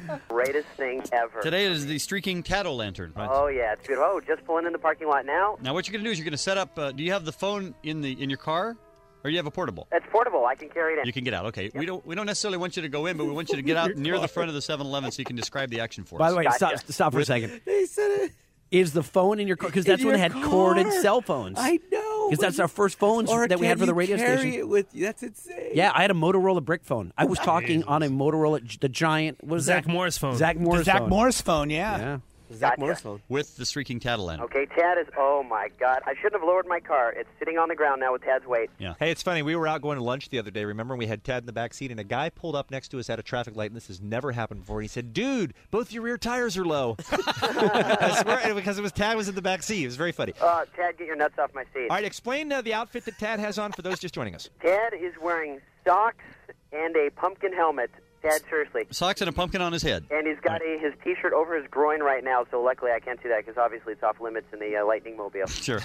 C: know.
J: Greatest thing ever.
E: Today is the streaking cat o' lantern. Right?
J: Oh yeah, it's good. Oh, just pulling in the parking lot now.
E: Now, what you're going to do is you're going to set up. Uh, do you have the phone in the in your car, or you have a portable?
J: It's portable. I can carry it in.
E: You can get out. Okay. We don't we don't necessarily want you to go in, but we want you to get out near the front of the 7-Eleven so you can describe the action for us.
C: By the way, stop, stop for a second.
B: They said it.
C: Is the phone in your car? Because that's
B: in
C: when it
B: your
C: had corded
B: car.
C: cell phones.
B: I know.
C: Because that's our first phones
B: Or
C: that we had for
B: can
C: the
B: you
C: radio
B: carry
C: station.
B: It with you? That's insane.
C: Yeah, I had a Motorola brick phone. I was talking on a Motorola, the giant. What was
A: Zach
C: that?
A: Oh, Morris phone.
C: Zach
F: The
C: Morris
F: Zach
C: phone.
F: Morris phone. Yeah.
C: Yeah.
B: Zach
J: Gotcha.
B: Morris phone.
E: with the streaking cat o' lantern.
J: Okay, Tad is. Oh my God! I shouldn't have lowered my car. It's sitting on the ground now with Tad's weight.
H: Hey, it's funny. We were out going to lunch the other day. Remember, we had Tad in the back seat, and a guy pulled up next to us at a traffic light, and this has never happened before. And he said, "Dude, both your rear tires are low." I swear, because it was Tad was in the back seat. It was very funny.
J: Uh, Tad, get your nuts off my seat.
H: All right, explain uh, the outfit that Tad has on for those just joining us.
J: Tad is wearing socks and a pumpkin helmet. Tad, seriously.
E: Socks and a pumpkin on his head.
J: And he's got a, his T-shirt over his groin right now, so luckily I can't do that because obviously it's off limits in the uh, Lightning Mobile.
E: Sure.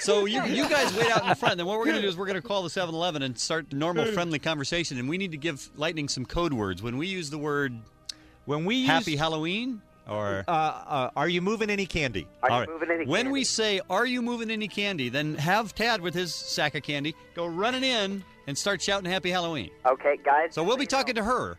E: So you, you guys wait out in front. Then what we're going to do is we're going to call the 7-Eleven and start the normal friendly conversation. And we need to give Lightning some code words. When we use the word
H: When we
E: Happy
H: used,
E: Halloween or
H: uh, uh, are you moving any candy?
J: Are you
E: All right.
J: moving any
E: when we
J: candy?
E: say "Are you moving any candy?" then have Tad with his sack of candy go running in and start shouting "Happy Halloween."
J: Okay, guys.
E: So we'll be talking to her.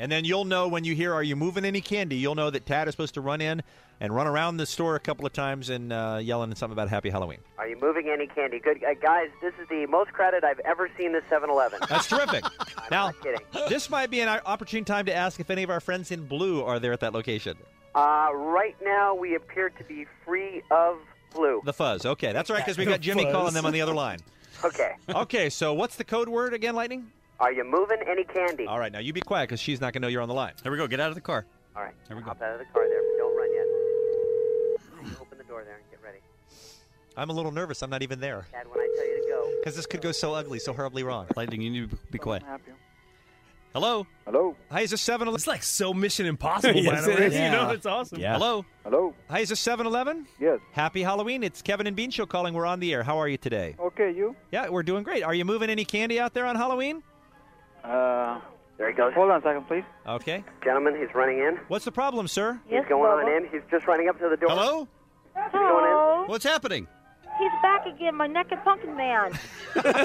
H: And then you'll know when you hear "Are you moving any candy?" You'll know that Tad is supposed to run in and run around the store a couple of times and uh, yelling something about Happy Halloween.
J: Are you moving any candy? Good uh, guys. This is the most crowded I've ever seen this 7-Eleven.
H: That's terrific. now,
J: not kidding.
H: this might be an opportune time to ask if any of our friends in blue are there at that location.
J: Uh, right now we appear to be free of flu.
H: The Fuzz. Okay, that's right, because we got Jimmy calling them on the other line.
J: Okay.
H: Okay, so what's the code word again, Lightning?
J: Are you moving any candy?
H: All right, now you be quiet because she's not going to know you're on the line.
E: Here we go. Get out of the car.
J: All right.
E: There we go.
J: Hop out of the car there, but don't run yet. Open the door there and get ready.
H: I'm a little nervous. I'm not even there
J: Dad, when I tell you to go,
H: because this could go so ugly, so horribly wrong.
E: Lightning, you need to be quiet. Hello.
H: Hi, is this 7
A: It's like so Mission Impossible.
C: Yes,
A: by the
C: it
A: way.
C: is.
A: You know,
C: Yeah.
A: it's awesome.
H: Yeah.
E: Hello.
K: Hello.
H: Hi, is this 7 Eleven?
K: Yes.
H: Happy Halloween. It's Kevin and Bean Show calling. We're on the air. How are you today?
K: Okay, you.
H: Yeah, we're doing great. Are you moving any candy out there on Halloween?
K: Uh,
J: there he goes.
K: hold on a second, please.
H: Okay.
J: Gentlemen, he's running in.
H: What's the problem, sir?
J: He's going on in. He's just running up to the door.
E: Hello.
J: He's going in.
E: What's happening?
L: Oh, he's back again, my naked pumpkin man.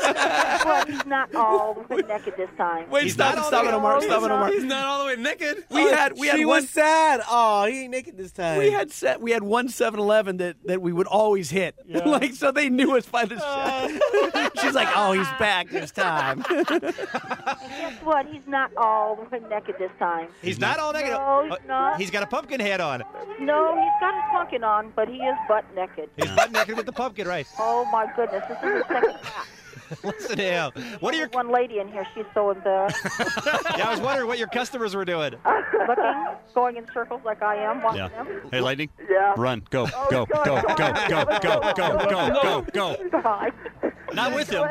L: well, he's not all the way naked this time.
C: Wait, He's stop not it, all stop the it, way- Omar, stop it, Omar.
A: He's not all the way naked.
C: We had we had
A: she
C: one
A: was-
C: Oh, sad. Oh, he ain't naked this time. We had set we had one 7-Eleven that, that we would always hit. like so they knew us by the show. She's like, "Oh, he's back this time."
L: Guess what? He's not all the way naked this time.
H: He's not all naked.
L: No, he's
H: Oh,
L: not.
H: He's got a pumpkin head on.
L: No, he's got his pumpkin on, but he is butt naked.
H: He's butt naked with the pumpkin, right?
L: Oh my goodness, this is the second
H: Listen to him. What are your?
L: one lady in here. She's so embarrassed,
H: Yeah, I was wondering what your customers were doing.
L: looking, going in circles like I am, watching
M: Yeah.
L: them.
M: Hey, Lightning.
L: Yeah.
M: Run. Go.
L: Oh,
M: Go. Go.
L: God.
M: Go. Go. Go. Go. Go. Go. Go.
L: God.
H: Not with him.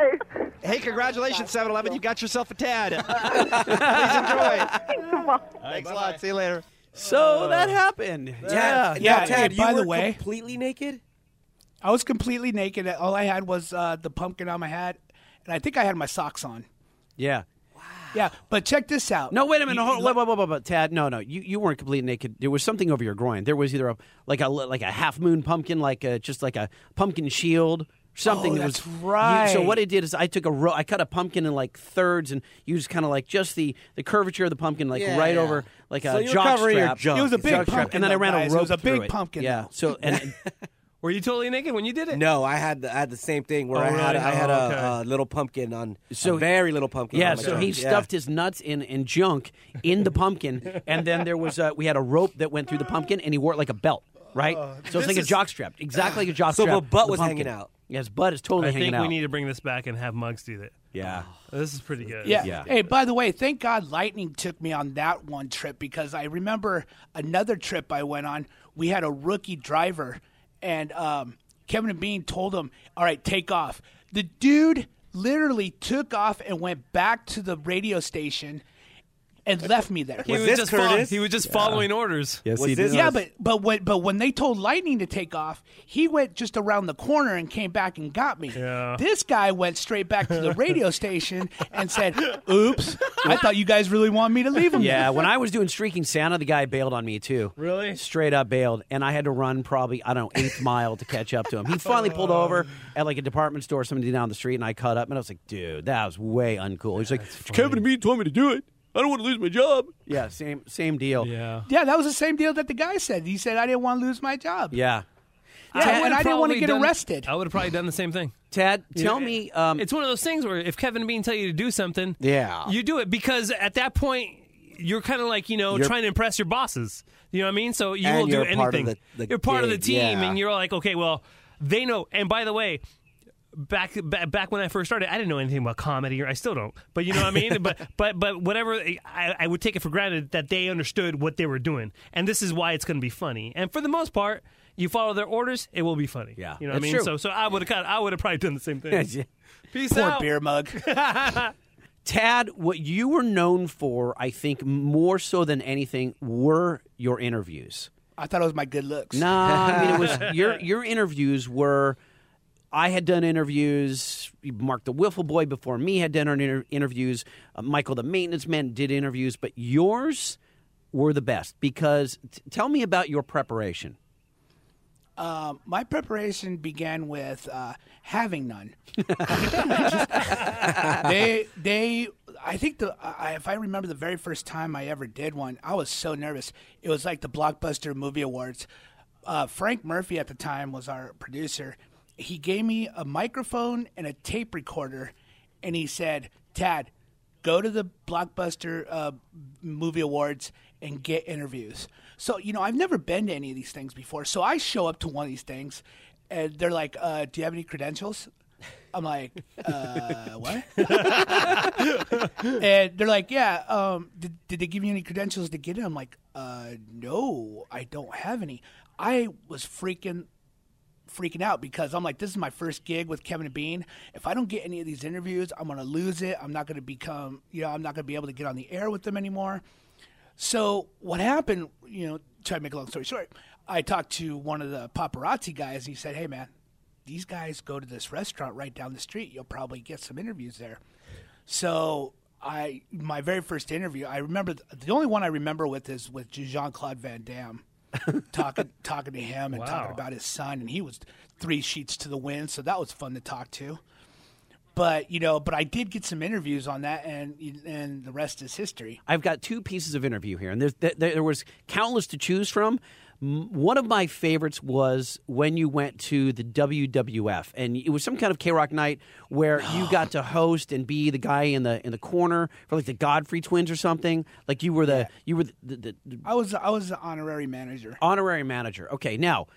H: Hey, congratulations, 7-Eleven. You got yourself a tad.
C: Thanks
H: a lot. See you later.
C: So oh, that happened.
F: Yeah.
C: Yeah.
F: Uh, Yeah, Tad, hey, you by the were way-
C: completely naked.
F: I was completely naked. All I had was uh, the pumpkin on my hat, and I think I had my socks on.
C: Yeah.
F: Yeah, but check this out.
C: No, wait a minute.
F: You-
C: Hold, wait, wait, wait, wait, wait, Tad. No, no, you, you weren't completely naked. There was something over your groin. There was either a like a like a half moon pumpkin, like a, just like a pumpkin shield, something
F: Oh,
C: that
F: that's
C: was
F: right.
C: you- so what I did is I took a ro- I cut a pumpkin in like thirds and used kind of like just the the curvature of the pumpkin, like
F: Yeah,
C: right
F: yeah.
C: over like
F: So
C: a
F: you were
C: jock
F: covering your
C: strap.
F: junk. It was a big
C: Jock strap.
F: pumpkin,
C: and then I
F: though,
C: ran a
F: guys. It
C: rope
F: was a
C: through
F: big pumpkin,
C: Yeah.
F: though.
C: So and
A: Were you totally naked when you did it?
B: No, I had the, I had the same thing where
C: Oh,
B: I had
C: really?
B: I had
C: Oh,
B: a,
C: okay.
B: a little pumpkin on
C: So-
B: a very little pumpkin.
C: Yeah,
B: on my
C: so
B: junk.
C: he
B: Yeah.
C: stuffed his nuts in and junk in the pumpkin, and then there was a, we had a rope that went through the pumpkin, and he wore it like a belt, right?
F: Uh,
C: so it's
A: Uh, this
C: like a
A: is-
C: jock strap, exactly like a jock
A: So
C: strap.
A: the butt
C: with
A: was
C: pumpkin.
A: hanging out.
C: Yes, butt is totally
A: I
C: hanging
A: think
C: out.
A: we need to bring this back and have Mugs do that.
C: Yeah.
A: This is pretty good.
F: Yeah. Hey, by the way, thank God Lightning took me on that one trip because I remember another trip I went on. We had a rookie driver, and um, Kevin and Bean told him, "All right, take off." The dude literally took off and went back to the radio station and left me there.
A: He was, just fol- he was just following orders.
F: Was this- Yeah, but but when, but when they told Lightning to take off, he went just around the corner and came back and got me. This guy went straight back to the radio station and said, "Oops, I thought you guys really want me to leave him."
C: yeah,
F: there."
C: when I was doing Streaking Santa, the guy bailed on me too. Really? Straight up bailed. And I had to run probably, I don't know, eighth mile to catch up to him. He finally pulled
F: Oh.
C: over at like a department store, somebody down the street, and I caught up and I was like, dude, that was way uncool. He's like, Kevin and me told me to do it. I don't want to lose my job. Yeah, same same deal. Yeah.
F: yeah, that was the same deal that the guy said. He said, "I didn't want to lose my job."
C: Yeah.
F: Yeah, and
A: would've
F: I didn't want to
A: probably
F: get
A: done-
F: arrested.
A: I would have probably done the same thing.
C: Tad, tell
A: me. Um, it's one of those things where if Kevin Bean tell you to do something,
C: Yeah.
A: you do it because at that point you're kind of like you know
B: You're-
A: trying to impress your bosses. You know what I mean? So you
B: And
A: will do
B: you're
A: anything.
B: part of the- the
A: you're part of the
B: gig,
A: team,
B: yeah.
A: and you're like, okay, well, they know. And by the way. Back, back back when I first started, I didn't know anything about comedy, or I still don't. But you know what I mean. but but but whatever, I, I would take it for granted that they understood what they were doing, and this is why it's going to be funny. And for the most part, you follow their orders, it will be funny. Yeah, you know what I
C: That's
A: mean.
C: true.
A: So so I would have kind of, I would have probably done the same thing.
C: Yeah.
A: Peace
C: Poor
A: out.
F: beer mug.
C: Tad, what you were known for, I think, more so than anything, were your interviews.
F: I thought it was my good looks.
C: No, I mean it was your your interviews were. I had done interviews. Mark the Wiffle Boy before me had done inter- interviews. Uh, Michael the Maintenance Man did interviews, but yours were the best because. T- tell me about your preparation.
F: Um, my preparation began with uh, having none. they, they, I think the, I, if I remember the very first time I ever did one, I was so nervous. It was like the Blockbuster Movie Awards. Uh, Frank Murphy at the time was our producer. He gave me a microphone and a tape recorder, and he said, "Tad, go to the blockbuster uh, movie awards and get interviews so you know i've never been to any of these things before so i show up to one of these things and they're like uh, do you have any credentials i'm like uh, what and they're like yeah um, did, did they give you any credentials to get in i'm like uh, no i don't have any i was freaking freaking out because I'm like, this is my first gig with Kevin and Bean. If I don't get any of these interviews, I'm gonna lose it. I'm not gonna become, you know, I'm not gonna be able to get on the air with them anymore. So what happened, you know, try to make a long story short, I talked to one of the paparazzi guys and he said, Hey man, these guys go to this restaurant right down the street. You'll probably get some interviews there. So I my very first interview, I remember the only one I remember with is with Jean Claude Van Damme. talking talking to him and talking
I: Wow.
F: about his son, and he was three sheets to the wind, so that was fun to talk to. But you know, but I did get some interviews on that, and and the rest is history.
C: I've got two pieces of interview here, and there's, there, there was countless to choose from. M- One of my favorites was when you went to the WWF, and it was some kind of K Rock night where you got to host and be the guy in the in the corner for like the Godfrey twins or something. Like you were the you were the, the, the
F: I was I was the honorary manager.
C: honorary manager. Okay, now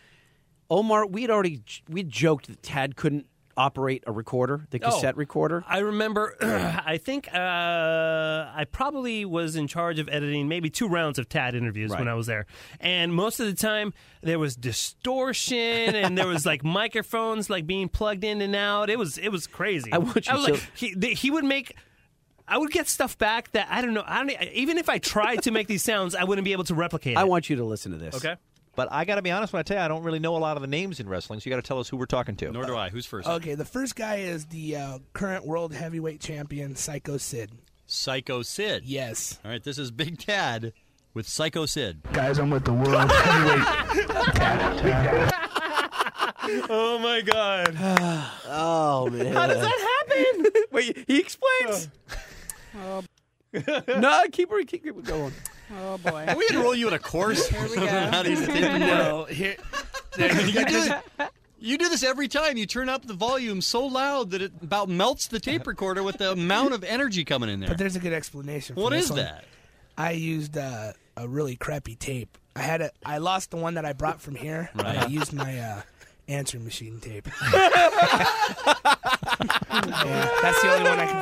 C: Omar, we had already j- we joked that Tad couldn't operate a recorder, the
A: Oh.
C: cassette recorder.
A: I remember. I think uh, I probably was in charge of editing maybe two rounds of Tad interviews when
C: Right.
A: I was there, and most of the time there was distortion and there was like microphones like being plugged in and out. It was it was crazy.
C: I want you
A: was
C: to-
A: like, he th- he would make. I would get stuff back that I don't know. I don't e, even if I tried to make these sounds, I wouldn't be able to replicate it.
C: I want you to listen to this.
A: Okay.
H: But I got to be honest when I tell you, I don't really know a lot of the names in wrestling, so you got to tell us who we're talking to. Nor do I. Who's first?
I: Okay, the first guy is the uh, current world heavyweight champion, Psycho Sid.
N: Psycho Sid.
I: Yes.
N: All right, this is Big Tad with Psycho Sid.
I: Guys, I'm with the world heavyweight.
A: oh my god.
C: oh man.
A: How does that happen?
C: Wait, he explains.
N: Oh.
C: no, keep her, keep it going.
I: Oh boy.
N: Are we enroll you in a course? Here we go. How do you,
I: No,
N: here, you, do, you do this every time. You turn up the volume so loud that it about melts the tape recorder with the amount of energy coming in there.
I: But there's a good explanation. For
N: What
I: this
N: is
I: one.
N: that?
I: I used uh, a really crappy tape. I had a. I lost the one that I brought from here. but I
N: Right.
I: used my uh, answer machine tape.
F: That's the only one I can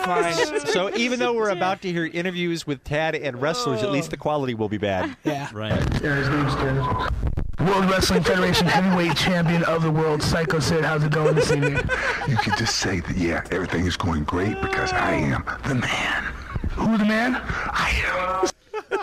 F: find.
H: so even though we're about to hear interviews with Tad and wrestlers, at least the quality will be bad.
I: Yeah.
N: Right.
I: Yeah, his name's World Wrestling Federation heavyweight champion of the world, Psycho Sid. How's it going this evening?
O: You could just say that, yeah, everything is going great because I am the man. Who the man? I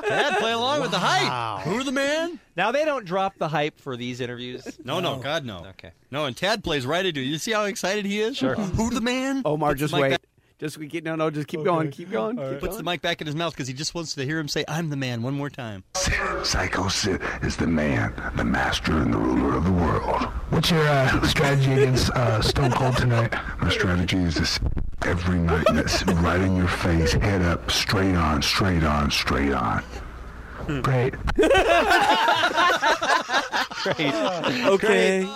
N: Dad, play along with the hype.
H: Who
N: the man?
H: Now they don't drop the hype for these interviews.
N: No, no, God, no. Okay. No, and Tad plays right into it. You see how excited he is? Sure. Who the man?
C: Omar,
N: Puts the
C: just
N: mic
C: wait.
N: back-
C: Just we get no, no. Just keep going. Keep going.
N: He
C: Keep
N: puts the
C: going.
N: mic back in his mouth because he just wants to hear him say, I'm the man, one more time.
O: am. Psycho Sid is the man, the master and the ruler of the world. What's your uh, strategy against uh, Stone Cold tonight? My strategy is this every night, and it's right in your face, head up, straight on, straight on, straight on.
N: Hmm.
O: Great.
N: Great.
I: Okay.
N: Great.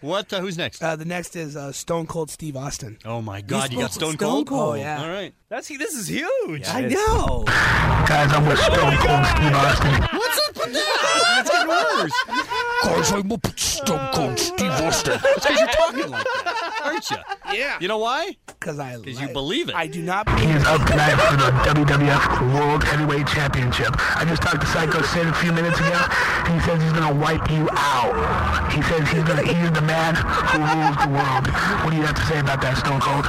N: What? Uh, who's next?
I: Uh, the next is uh, Stone Cold Steve Austin.
N: Oh my
I: He's
N: God, you got
I: Stone
N: Stone
I: Cold?
N: Cold?
I: Oh, yeah.
N: All right.
A: That's this is huge.
I: I know.
O: Guys, I'm with Stone Cold Steve Austin.
N: What's up with that? That's getting worse.
O: Guys, I'm with Stone Cold Steve Austin.
N: That's because you're talking like that, aren't you?
I: Yeah.
N: You know why?
I: Because I. Because
N: you believe it.
I: I do not.
O: He is up tonight for the WWF World Heavyweight Championship. I just talked to Psycho Sid a few minutes ago. He says he's gonna wipe you out. He says he's gonna he's the man who rules the world. What do you have to say about that, Stone Cold?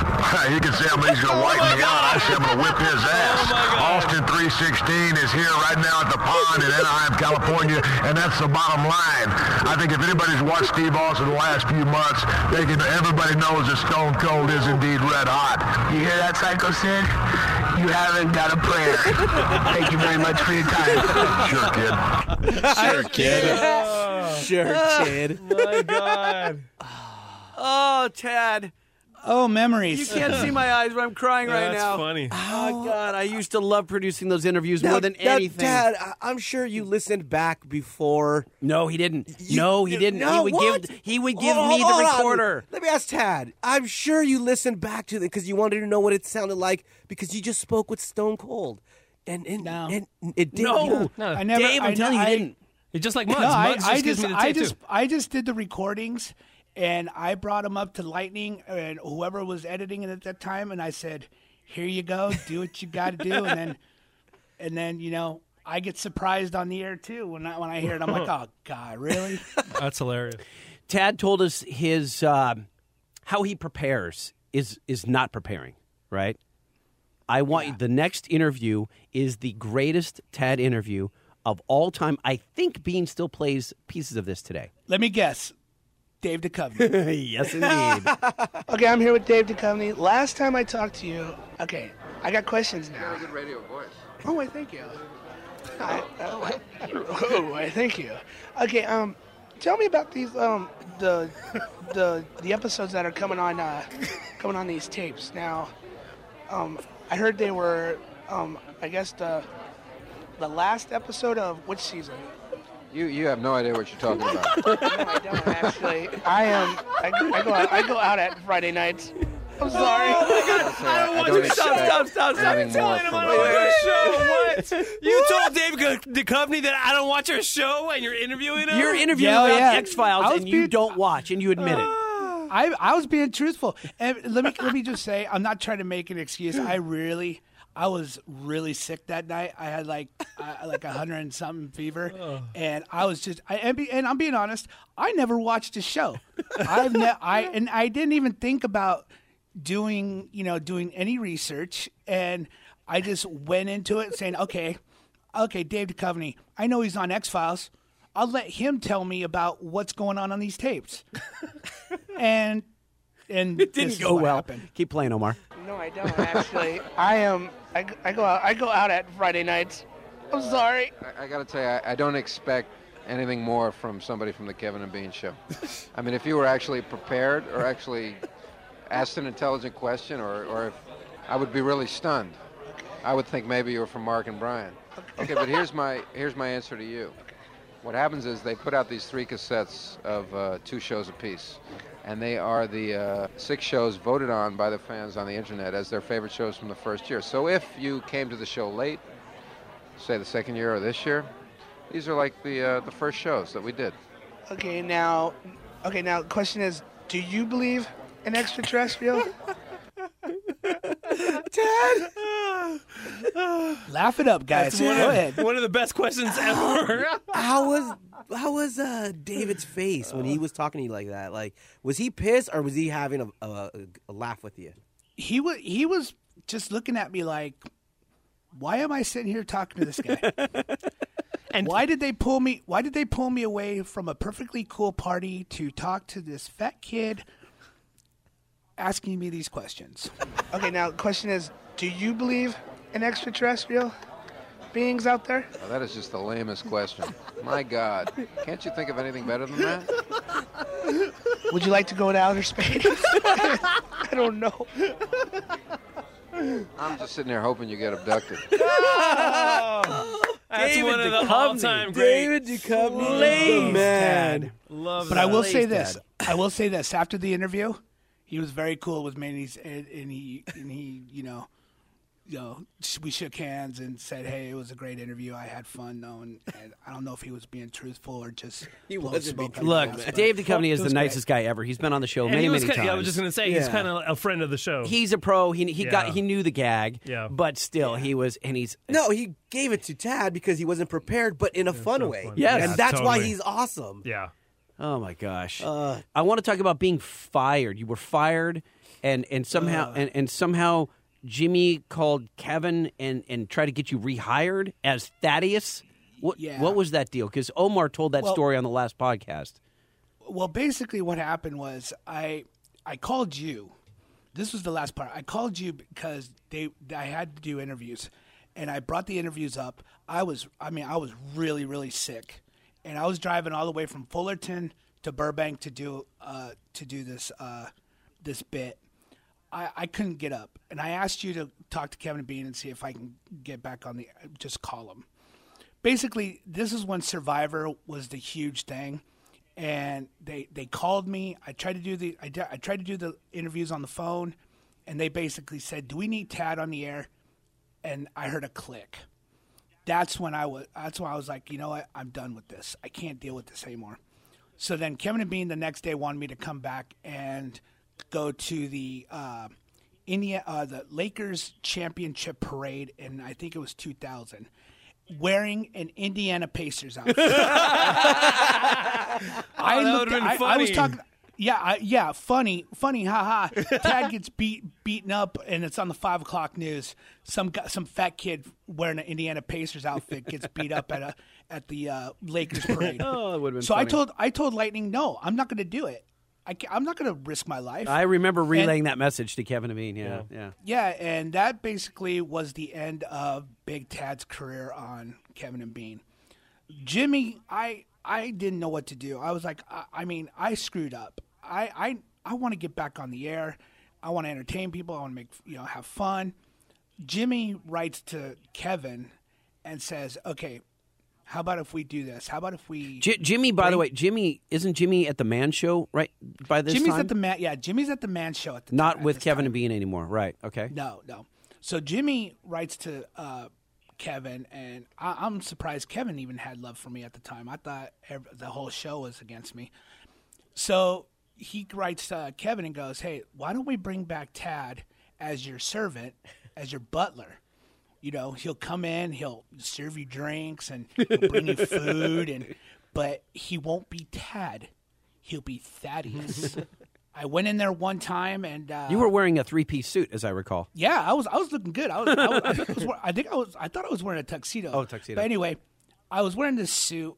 O: you can say he's gonna wipe me out. I say I'm gonna whip his ass. Austin 316 is here right now at the pond in Anaheim, California, and that's the bottom line. I think if anybody's watched Steve Austin the last few months, they can everybody knows that Stone Cold is indeed red hot. You hear that, Psycho Sid? You haven't got a prayer. Thank you very much for your time. Sure, kid.
N: Sure,
C: kid.
I: Sure, kid.
A: Oh, My God.
C: Oh, Tad.
F: Oh, memories.
C: You can't see my eyes, but I'm crying right
B: That's
C: now.
B: funny.
C: Oh God, I used to love producing those interviews
B: Now,
C: more than
B: now,
C: anything.
B: Dad, I- I'm sure you listened back before.
C: No, he didn't. no, he didn't.
B: No,
C: he would
B: what?
C: give. He would give
B: Oh,
C: me
B: hold
C: the
B: on.
C: recorder.
B: Let me ask Tad. I'm sure you listened back to it because you wanted to know what it sounded like because you just spoke with Stone Cold, and and, and it did.
F: No. No. I never- Dave, I'm I- telling you, I- didn't.
A: It's just like
F: no,
A: Mugs.
F: I,
A: Mugs just
F: I
A: gives
F: just,
A: me the
F: I
A: tape
F: just,
A: too.
F: I just did the recordings, and I brought them up to Lightning and whoever was editing it at that time, and I said, "Here you go, do what you got to do," and then, and then you know, I get surprised on the air too when I when I hear it. I'm like, "Oh God, really?"
A: That's hilarious.
C: Tad told us his um how he prepares is is not preparing, right? I want the next interview is the greatest Tad interview of all time. I think Bean still plays pieces of this today.
F: Let me guess, Dave Duchovny.
C: yes, indeed.
I: Okay, I'm here with Dave Duchovny. Last time I talked to you, okay, I got questions now.
P: radio voice.
I: Oh, wait, thank you.
P: uh,
I: Oh, I thank you. Okay, um, tell me about these um the the the episodes that are coming on uh coming on these tapes now. Um, I heard they were um I guess the the last episode of which season?
P: You you have no idea what you're talking about.
I: Actually, I am I, I go out, I go out at Friday nights. I'm sorry.
Q: Oh
P: I don't want to
A: Stop, stop, stop, stop.
P: Anything
A: You're
P: more
A: telling him
P: from
A: I don't
P: it.
A: watch your show. What? You told Dave G- Duchovny that I don't watch your show and you're interviewing him?
C: You're interviewing
A: Yeah,
C: about
A: yeah.
C: X Files
F: I was
C: and you
F: being-
C: don't watch, and you admit it.
F: I, I was being truthful. And let me let me just say, I'm not trying to make an excuse. I really, I was really sick that night. I had like I, like a hundred and something fever, and I was just. I and, be, and I'm being honest. I never watched a show. I've ne- I and I didn't even think about doing you know doing any research, and I just went into it saying, okay, okay, Dave Duchovny. I know he's on X Files. I'll let him tell me about what's going on on these tapes and and
C: It didn't go well. Keep playing, Omar.
I: No, I don't actually. I am. I, g- I go out. I go out at Friday nights. I'm sorry.
P: I, I got to tell you, I, I don't expect anything more from somebody from the Kevin and Bean show. I mean, if you were actually prepared or actually asked an intelligent question, or, or if I would be really stunned. I would think maybe you were from Mark and Brian. Okay, but here's my here's my answer to you. What happens is they put out these three cassettes of uh, two shows apiece, and they are the uh, six shows voted on by the fans on the internet as their favorite shows from the first year. So if you came to the show late, say the second year or this year, these are like the uh, the first shows that we did.
I: Okay, now. Okay, now. the Question is, do you believe in extraterrestrial?
F: Dad. Laugh it up, guys.
A: That's one,
F: Go
A: of,
F: ahead.
A: one of the best questions ever.
C: how was how was uh, David's face when he was talking to you like that? Like, was he pissed or was he having a, a, a laugh with you?
F: He was he was just looking at me like, why am I sitting here talking to this guy? and why did they pull me? Why did they pull me away from a perfectly cool party to talk to this fat kid asking me these questions?
I: okay, now. the Question is, do you believe in extraterrestrial beings out there?
P: Now, that is just the lamest question. My God, can't you think of anything better than that?
I: Would you like to go to outer space? I don't know.
P: I'm just sitting there hoping you get abducted.
A: That's
P: David
A: one of the
P: Duchovny.
A: all-time great.
P: David Duchovny
A: Love
F: Please,
A: Dad.
F: Dad.
A: Love
F: but I
A: that.
F: will say this. I will say this. After the interview, he was very cool with me, and, he's, and, and he and he you know, you know, sh- we shook hands and said, "Hey, it was a great interview. I had fun." No, and, and I don't know if he was being truthful or just
G: He
F: blowing
G: wasn't being
F: smoke up
C: Look,
F: his ass, but-
C: Dave Duchovny is the
F: It was great.
C: nicest guy ever. He's been on the show
A: And
C: many,
A: he was
C: many
A: kinda-
C: times.
A: yeah, I was just gonna say he's kind of a friend of the show.
C: He's a pro. He he got
A: Yeah.
C: he knew the gag.
A: Yeah.
C: But still, he was and he's
A: No,
C: He gave it to Tad because he wasn't prepared, but in a fun way. Yes, and that's why totally. he's awesome.
A: Yeah.
C: Oh my gosh. I want to talk about being fired. You were fired, and and somehow and, and somehow Jimmy called Kevin and and tried to get you rehired as Thaddeus. What
F: Yeah.
C: what was that deal? Because Omar told that
F: Well-
C: story on the last podcast.
F: Well, basically, what happened was I I called you. This was the last part. I called you because they I had to do interviews, and I brought the interviews up. I was I mean I was really really sick, and I was driving all the way from Fullerton to Burbank to do uh, to do this uh, this bit. I, I couldn't get up, and I asked you to talk to Kevin Bean and see if I can get back on the just call him basically this is when survivor was the huge thing and they they called me i tried to do the I, di- I tried to do the interviews on the phone and they basically said do we need tad on the air and i heard a click that's when i was that's when i was like you know what i'm done with this i can't deal with this anymore so then kevin and bean the next day wanted me to come back and go to the uh, India, uh, the Lakers championship parade, and I think it was 2000, wearing an Indiana Pacers outfit. I
A: Oh, that would've been
F: I, I was
A: funny.
F: talking. Yeah, I, yeah, funny, funny, haha. Tad gets beat, beaten up, and it's on the five o'clock news. Some guy, some fat kid wearing an Indiana Pacers outfit gets beat up at a at the uh, Lakers parade.
C: Oh, that would've been
F: So I
C: funny.
F: told I told Lightning, no, I'm not going to do it. I ca I'm not going to risk my life.
C: I remember
F: And-
C: relaying that message to Kevin Amin. Yeah, yeah.
F: Yeah, and that basically was the end of Big Tad's career on Kevin and Bean. Jimmy, I I didn't know what to do. I was like, I, I mean, I screwed up. I I, I want to get back on the air. I want to entertain people. I want to make you know have fun. Jimmy writes to Kevin and says, "Okay, how about if we do this? How about if we
C: J- Jimmy, by the way, Jimmy isn't Jimmy at the Man Show right by this
F: Jimmy's
C: time?
F: at the man. Yeah, Jimmy's at the man show at the
C: Not with Kevin and Bean anymore, right? Okay.
F: No, no. So Jimmy writes to uh, Kevin, and I- I'm surprised Kevin even had love for me at the time. I thought ev- the whole show was against me. So he writes to uh, Kevin and goes, "Hey, why don't we bring back Tad as your servant, as your butler? You know, he'll come in, he'll serve you drinks, and he'll bring you food, and but he won't be Tad. He'll be Thaddeus." I went in there one time, and uh,
C: You were wearing a three-piece suit, as I recall.
F: yeah, I was I was looking good. I was, I, was, I, think I, was, wear- I think I was I thought I was wearing a tuxedo.
C: Oh, tuxedo.
F: But anyway, I was wearing this suit.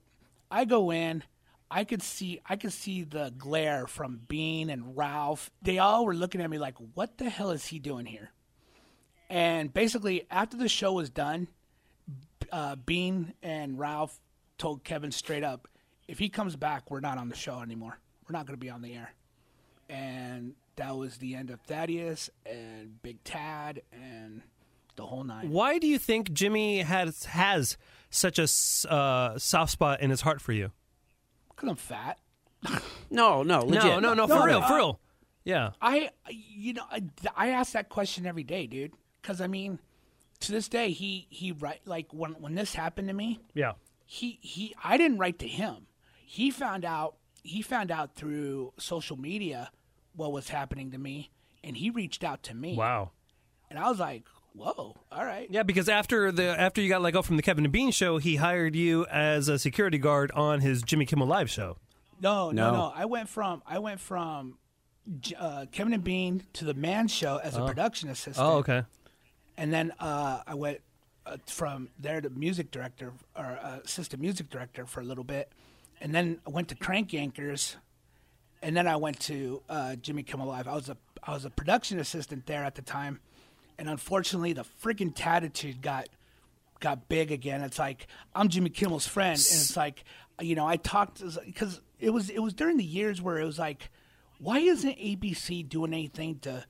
F: I go in. I could see I could see the glare from Bean and Ralph. They all were looking at me like, "What the hell is he doing here?" And basically, after the show was done, uh, Bean and Ralph told Kevin straight up, "If he comes back, we're not on the show anymore. We're not going to be on the air." And that was the end of Thaddeus and Big Tad and the whole nine.
A: Why do you think Jimmy has has such a s- uh, soft spot in his heart for you?
F: Because I'm fat.
C: No, no,
A: No,
C: legit.
A: no, no, for real, for real. Yeah.
F: I, you know, I, I ask that question every day, dude. Because I mean, to this day, he he right like when when this happened to me,
A: Yeah.
F: he he I didn't write to him. He found out he found out through social media what was happening to me, and he reached out to me.
A: Wow.
F: And I was like, whoa, all right.
A: Yeah, because after the after you got let go from the Kevin and Bean show, he hired you as a security guard on his Jimmy Kimmel Live show.
F: No, no,
A: No.
F: no. I went from I went from J- uh, Kevin and Bean to the Man Show as a
A: Oh.
F: production assistant.
A: Oh, okay.
F: And then uh, I went uh, from there to music director or uh, assistant music director for a little bit, and then I went to Crank Yankers, and then I went to uh, Jimmy Kimmel Live. I was a I was a production assistant there at the time, and unfortunately, the freaking tattitude got got big again. It's like I'm Jimmy Kimmel's friend, and it's like you know I talked because it was it was during the years where it was like, why isn't ABC doing anything to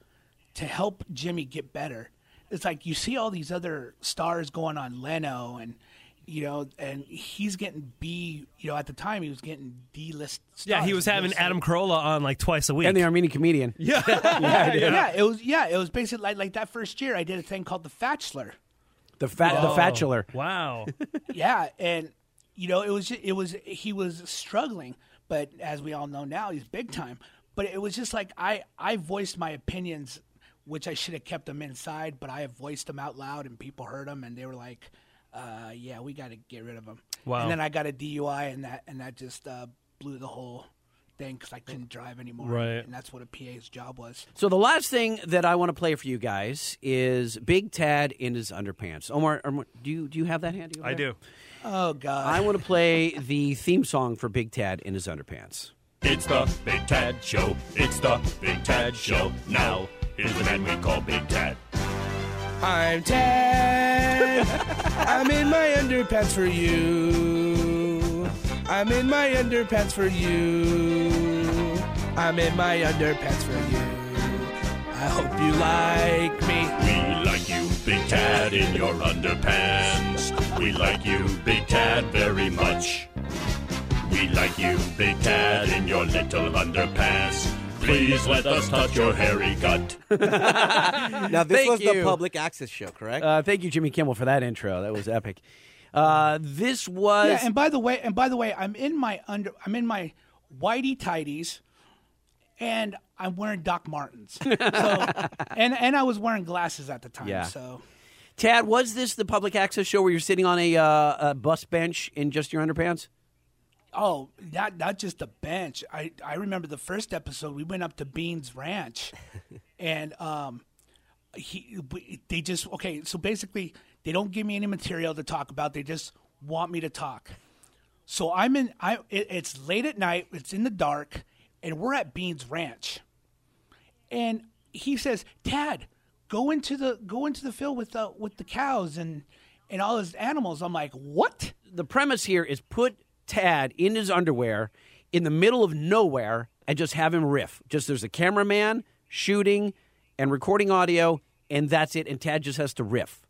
F: to help Jimmy get better? It's like you see all these other stars going on Leno and you know and he's getting B you know at the time he was getting D list
A: Yeah, he was having Adam Carolla on like twice a week.
C: And the Armenian comedian.
A: Yeah.
F: yeah, it was yeah, it was basically like, like that first year I did a thing called the Fatchler.
C: The fat,
A: Oh,
C: the fatchuler.
A: Wow.
F: yeah, and you know, it was ju- it was he was struggling, but as we all know now, he's big time. But it was just like I I voiced my opinions, which I should have kept them inside, but I voiced them out loud, and people heard them, and they were like, uh, "Yeah, we got to get rid of him."
A: Wow.
F: And then I got a DUI, and that and that just uh, blew the whole thing because I couldn't drive anymore.
C: Right.
F: And that's what a PA's job was.
C: So the last thing that I want to play for you guys is Big Tad in his underpants. Omar, Omar do you do you have that handy? over
A: I
C: there?
A: do.
F: Oh God.
C: I want to play the theme song for Big Tad in his underpants.
R: It's the Big Tad Show. It's the Big Tad Show. Now, here's the man we call Big Tad.
Q: I'm Ted. I'm in my underpants for you. I'm in my underpants for you. I'm in my underpants for you. I hope you like me.
R: We like you, Big Tad, in your underpants. We like you, Big Tad, very much. We like you, Big Tad, in your little underpants. Please let us touch your hairy gut.
B: Now this
C: Thank
B: was the
C: you.
B: public access show, correct?
C: Uh, thank you, Jimmy Kimmel, for that intro. That was epic. Uh, this was
F: yeah, and by the way, and by the way, I'm in my under, I'm in my whitey tidies, and I'm wearing Doc Martens. So, and and I was wearing glasses at the time.
C: Yeah.
F: So
C: Tad. Was this the public access show where you're sitting on a, uh, a bus bench in just your underpants?
F: oh, not not just the bench. I I remember the first episode we went up to Bean's Ranch, and um, he we- they just okay. So basically, they don't give me any material to talk about. They just want me to talk. So I'm in. I it, it's late at night. It's in the dark. and we're at Bean's Ranch, and he says, "Dad, go into the go into the field with the with the cows and and all his animals." I'm like, "What?"
C: The premise here is put Tad in his underwear in the middle of nowhere and just have him riff. Just there's a cameraman shooting and recording audio, and that's it. And Tad just has to riff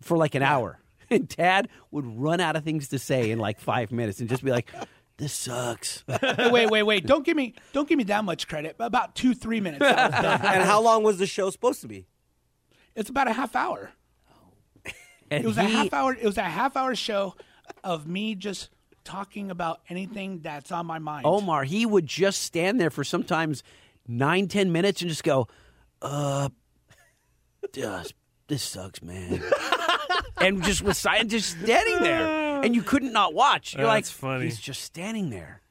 C: for like an hour. And Tad would run out of things to say in like five minutes and just be like, this sucks.
F: wait, wait, wait! Don't give me don't give me that much credit. About two three minutes. I was done.
B: and how long was the show supposed to be?
F: It's about a half hour.
B: And
F: it was a
B: he-
F: half hour. It was a half hour show of me just talking about anything that's on my mind.
B: Oh,
C: Omar, he would just stand there for sometimes nine, ten minutes and just go, uh, duh, this sucks, man. and just was si- just standing there. And you couldn't not watch. You're
A: That's
C: like,
A: funny.
C: he's just standing there.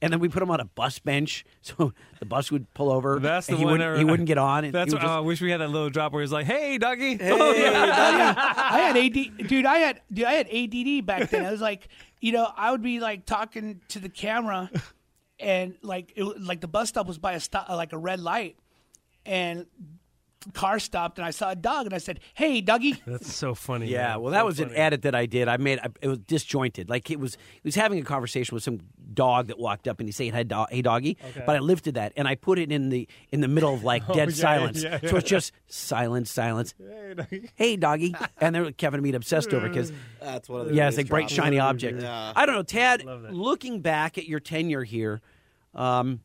C: And then we put him on a bus bench, so the bus would pull over.
A: That's the
C: and he
A: one.
C: Wouldn't,
A: I-
C: he wouldn't get on. and
A: That's
C: he
A: what,
C: would just-
A: oh, I wish we had that little drop where he's like, "Hey, doggy." Oh.
F: I had AD, dude. I had dude. I had ADD back then. I was like, you know, I would be like talking to the camera, and like it, was- like the bus stop was by a stop, like a red light, and the car stopped, and I saw a dog, and I said, "Hey, Dougie."
A: That's so funny.
C: Yeah,
A: man.
C: well, that
A: So
C: was an
A: funny.
C: edit that I did. I made I, it was disjointed. Like it was, he was having a conversation with some dog that walked up and he said, "Hey, do- hey doggy,"
A: Okay.
C: but I lifted that and I put it in the in the middle of like
A: Oh,
C: dead
A: yeah,
C: silence.
A: yeah, yeah.
C: So it's just silence, silence. Hey doggy, and then Kevin beat obsessed over because
G: That's one of the
C: yeah, it's like
G: biggest
C: bright
G: problems.
C: shiny object.
G: Yeah.
C: I don't know, Tad. Looking back at your tenure here. Um,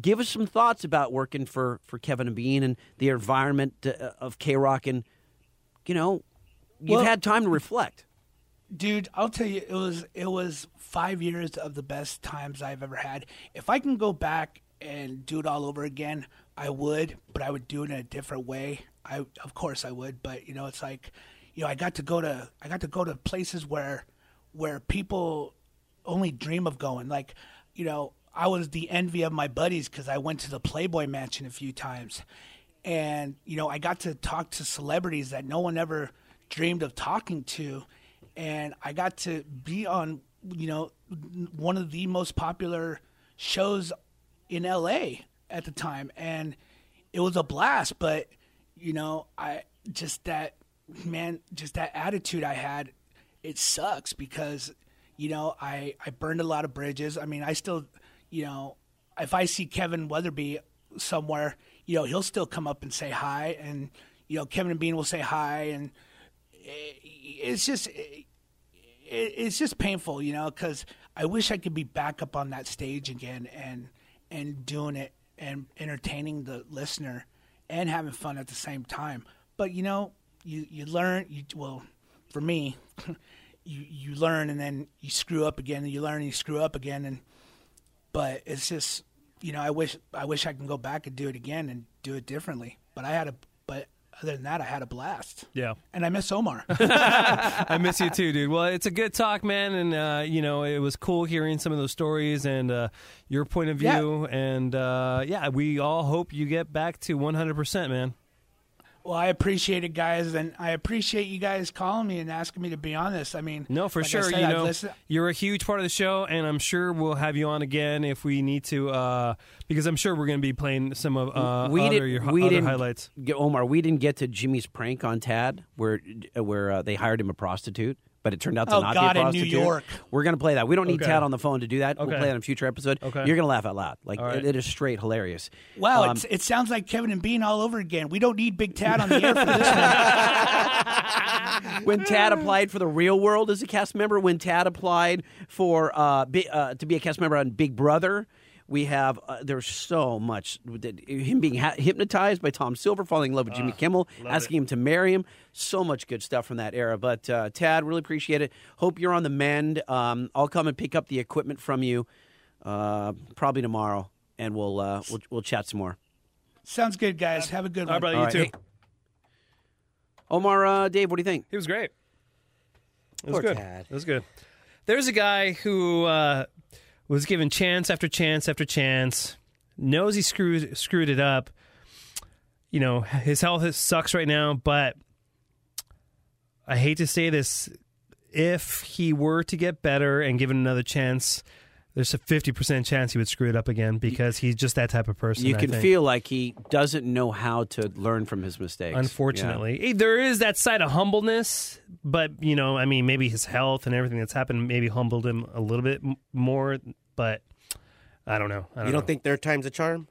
C: Give us some thoughts about working for, for Kevin and Bean and the environment uh, of K Rock, and you know, you've
F: Well-
C: had time to reflect.
F: dude i'll tell you it was it was five years of the best times i've ever had if i can go back and do it all over again i would but i would do it in a different way i of course i would but you know it's like you know i got to go to i got to go to places where where people only dream of going like you know i was the envy of my buddies because i went to the playboy mansion a few times and you know i got to talk to celebrities that no one ever dreamed of talking to and i got to be on you know n- one of the most popular shows in la at the time and it was a blast but you know i just that man just that attitude i had it sucks because you know i i burned a lot of bridges i mean i still you know if i see kevin weatherby somewhere you know he'll still come up and say hi and you know kevin and bean will say hi and eh, it's just eh, it, it's just painful, you know, because I wish I could be back up on that stage again and and doing it and entertaining the listener and having fun at the same time. But you know, you you learn. You well, for me, you you learn and then you screw up again, and you learn and you screw up again, and but it's just you know I wish I wish I can go back and do it again and do it differently. But I had a but other than that, I had a blast.
A: Yeah.
F: And I miss Omar.
A: I miss you too, dude. Well, it's a good talk, man, and uh, you know it was cool hearing some of those stories and uh, your point of view. And uh, yeah, we all hope you get back to 100, percent man.
F: Well, I appreciate it, guys, and I appreciate you guys calling me and asking me to be on this. I mean,
A: No, for
F: like I
A: sure.
F: said,
A: you
F: I've
A: know,
F: listened-
A: you're a huge part of the show, and I'm sure we'll have you on again if we need to, uh, because I'm sure we're going to be playing some of uh,
C: we
A: other,
C: did,
A: your
C: we
A: other
C: didn't,
A: highlights.
C: Get, Omar, we didn't get to Jimmy's prank on Tad, where where uh, they hired him a prostitute, but it turned out to
F: Oh,
C: not
F: God,
C: be a
F: in New
C: prostitute.
F: York.
C: We're gonna play that. We don't need
F: Okay.
C: Tad on the phone to do that. We'll
F: Okay.
C: play that in a future episode.
F: Okay.
C: You're gonna laugh out loud. Like
F: All right.
C: it- it is straight hilarious.
F: wow,
C: Um,
F: it's, it sounds like Kevin and Bean all over again. We don't need Big Tad on the air for this one.
C: when Tad applied for the Real World as a cast member, when Tad applied for uh, bi- uh, to be a cast member on Big Brother, we have uh, there's so much that- him being ha- hypnotized by Tom Silver, falling in love with Jimmy Kimmel,
A: love
C: asking him to marry him. So much good stuff from that era. But uh, Tad, really appreciate it. Hope you're on the mend. Um, I'll come and pick up the equipment from you uh, probably tomorrow, and we'll uh, we'll we'll chat some more.
F: Sounds good, guys. Have a good one.
C: All right. Hey. Omar, uh, Dave, what do you think?
A: He was great. It
C: Poor
A: was good.
C: Tad.
A: It was good. There's a guy who uh, was given chance after chance after chance, knows he screwed screwed it up. You know, his health is- sucks right now, but I hate to say this. If he were to get better and given another chance, there's a 50% chance he would screw it up again because he's just that type of person.
C: You
A: I
C: can
A: think.
C: feel like he doesn't know how to learn from his mistakes.
A: Unfortunately, Eh, there is that side of humbleness, but you know, I mean, maybe his health and everything that's happened maybe humbled him a little bit m- more. But I don't know. I don't
B: you don't
A: know.
B: think third time's a charm?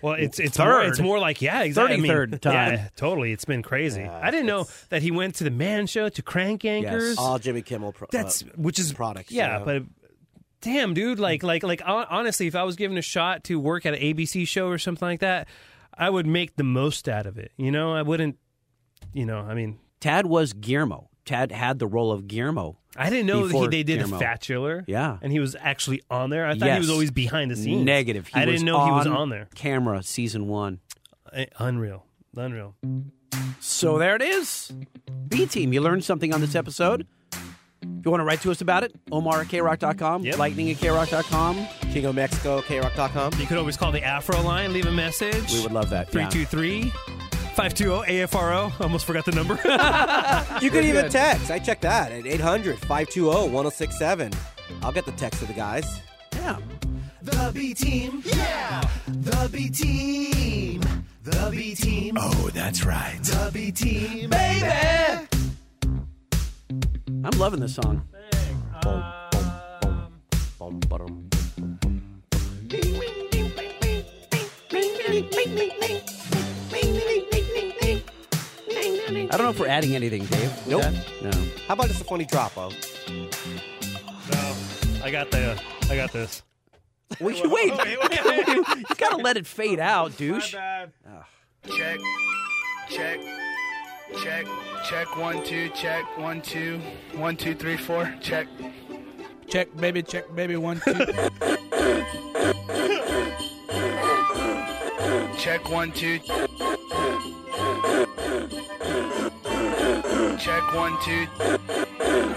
A: Well, it's it's more it's more like yeah, exactly. I mean, Yeah, totally. It's been crazy. I didn't know that he went to the Man Show to Crank Anchors.
B: all Jimmy Kimmel. Pro-
A: That's-
B: uh,
A: which is
B: products.
A: Yeah, but damn, dude, like, like, like, hon- honestly, if I was given a shot to work at an ABC show or something like that, I would make the most out of it. You know, I wouldn't. You know, I mean,
C: Tad was Guillermo. Tad had the role of Guillermo.
A: I didn't know that he,
C: before
A: they did
C: Guillermo.
A: a fatula.
C: Yeah.
A: and he was actually on there. I thought he was
C: Yes.
A: always behind the scenes.
C: Negative. He
A: I
C: was
A: didn't know he was on there.
C: Camera season one.
A: Eh, Unreal. Unreal.
C: So there it is. B Team, you learned something on this episode. If you want to write to us about it, omar at krock.com, lightning at krock.com,
B: king of Mexico, krock.com.
A: You could always call the Afro line, leave a message.
C: We would love that.
A: Three
C: yeah.
A: two three five two oh, zero AFRO. Almost forgot the number.
B: You could
A: We're
B: even
A: good.
B: text. I checked that at 800 520 1067. I'll get the text of the guys.
S: The B team. Yeah. The B team. The B team. Oh, that's right. The B team. Baby.
C: I'm loving this song. I don't know if we're adding anything, Dave.
B: Nope.
C: No.
B: How about just a funny drop of?
A: I got the. I got this.
C: Wait, wait. you gotta let it fade out, douche.
F: Check, check, check, check. One, two, check. One, two, one, two, three, four. Check, check, baby, check, baby. One, two. check one, two. Check one, two.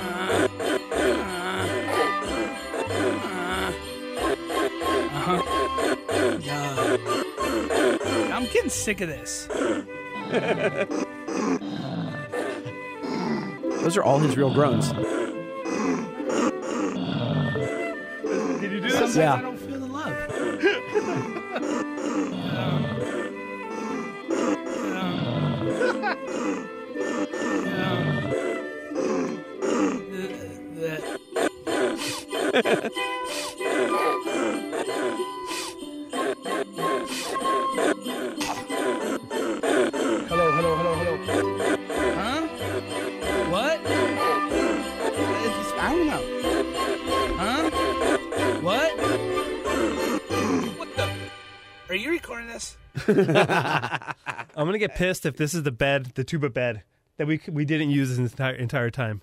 I: Uh-huh. Yeah. I'm getting sick of this.
C: Those are all his real groans.
I: Did you
C: do
I: Sometimes
C: this? Yeah.
I: I don't feel the love. Hello, hello, hello, hello. Huh? What? It's- I don't know. Huh? What? What the? Are you recording this?
A: I'm gonna get pissed if this is the bed, the tuba bed that we we didn't use this entire entire time.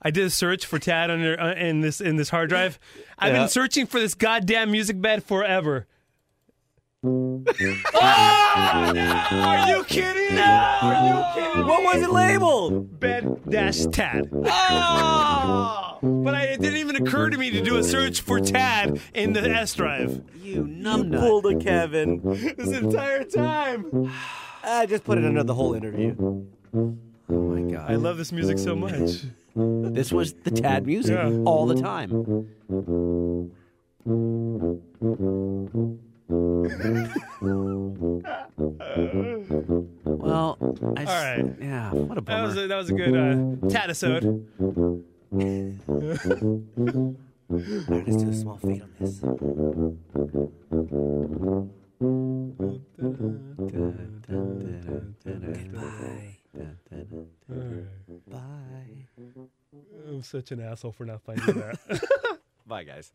A: I did a search for Tad under uh, in this in this hard drive. I've
S: Yeah.
A: been searching for this goddamn music bed forever.
S: Are you kidding? No! Are you kidding? What was it labeled?
A: Bed dash Tad. Oh! But I, it didn't even occur to me to do a search for Tad in the S drive.
C: You numbnut.
B: Pulled a Kevin.
A: This entire time.
B: I just put it under the whole interview.
C: Oh my god.
A: I love this music so much.
C: This was the Tad music all the time.
S: well,
A: All right.
C: Yeah. What a
A: That was
S: bummer.
A: a, that was a good uh, Tadisode.
S: Let's do a small fade on this.
C: Goodbye.
A: I'm such an asshole for not finding that.
C: Bye, guys.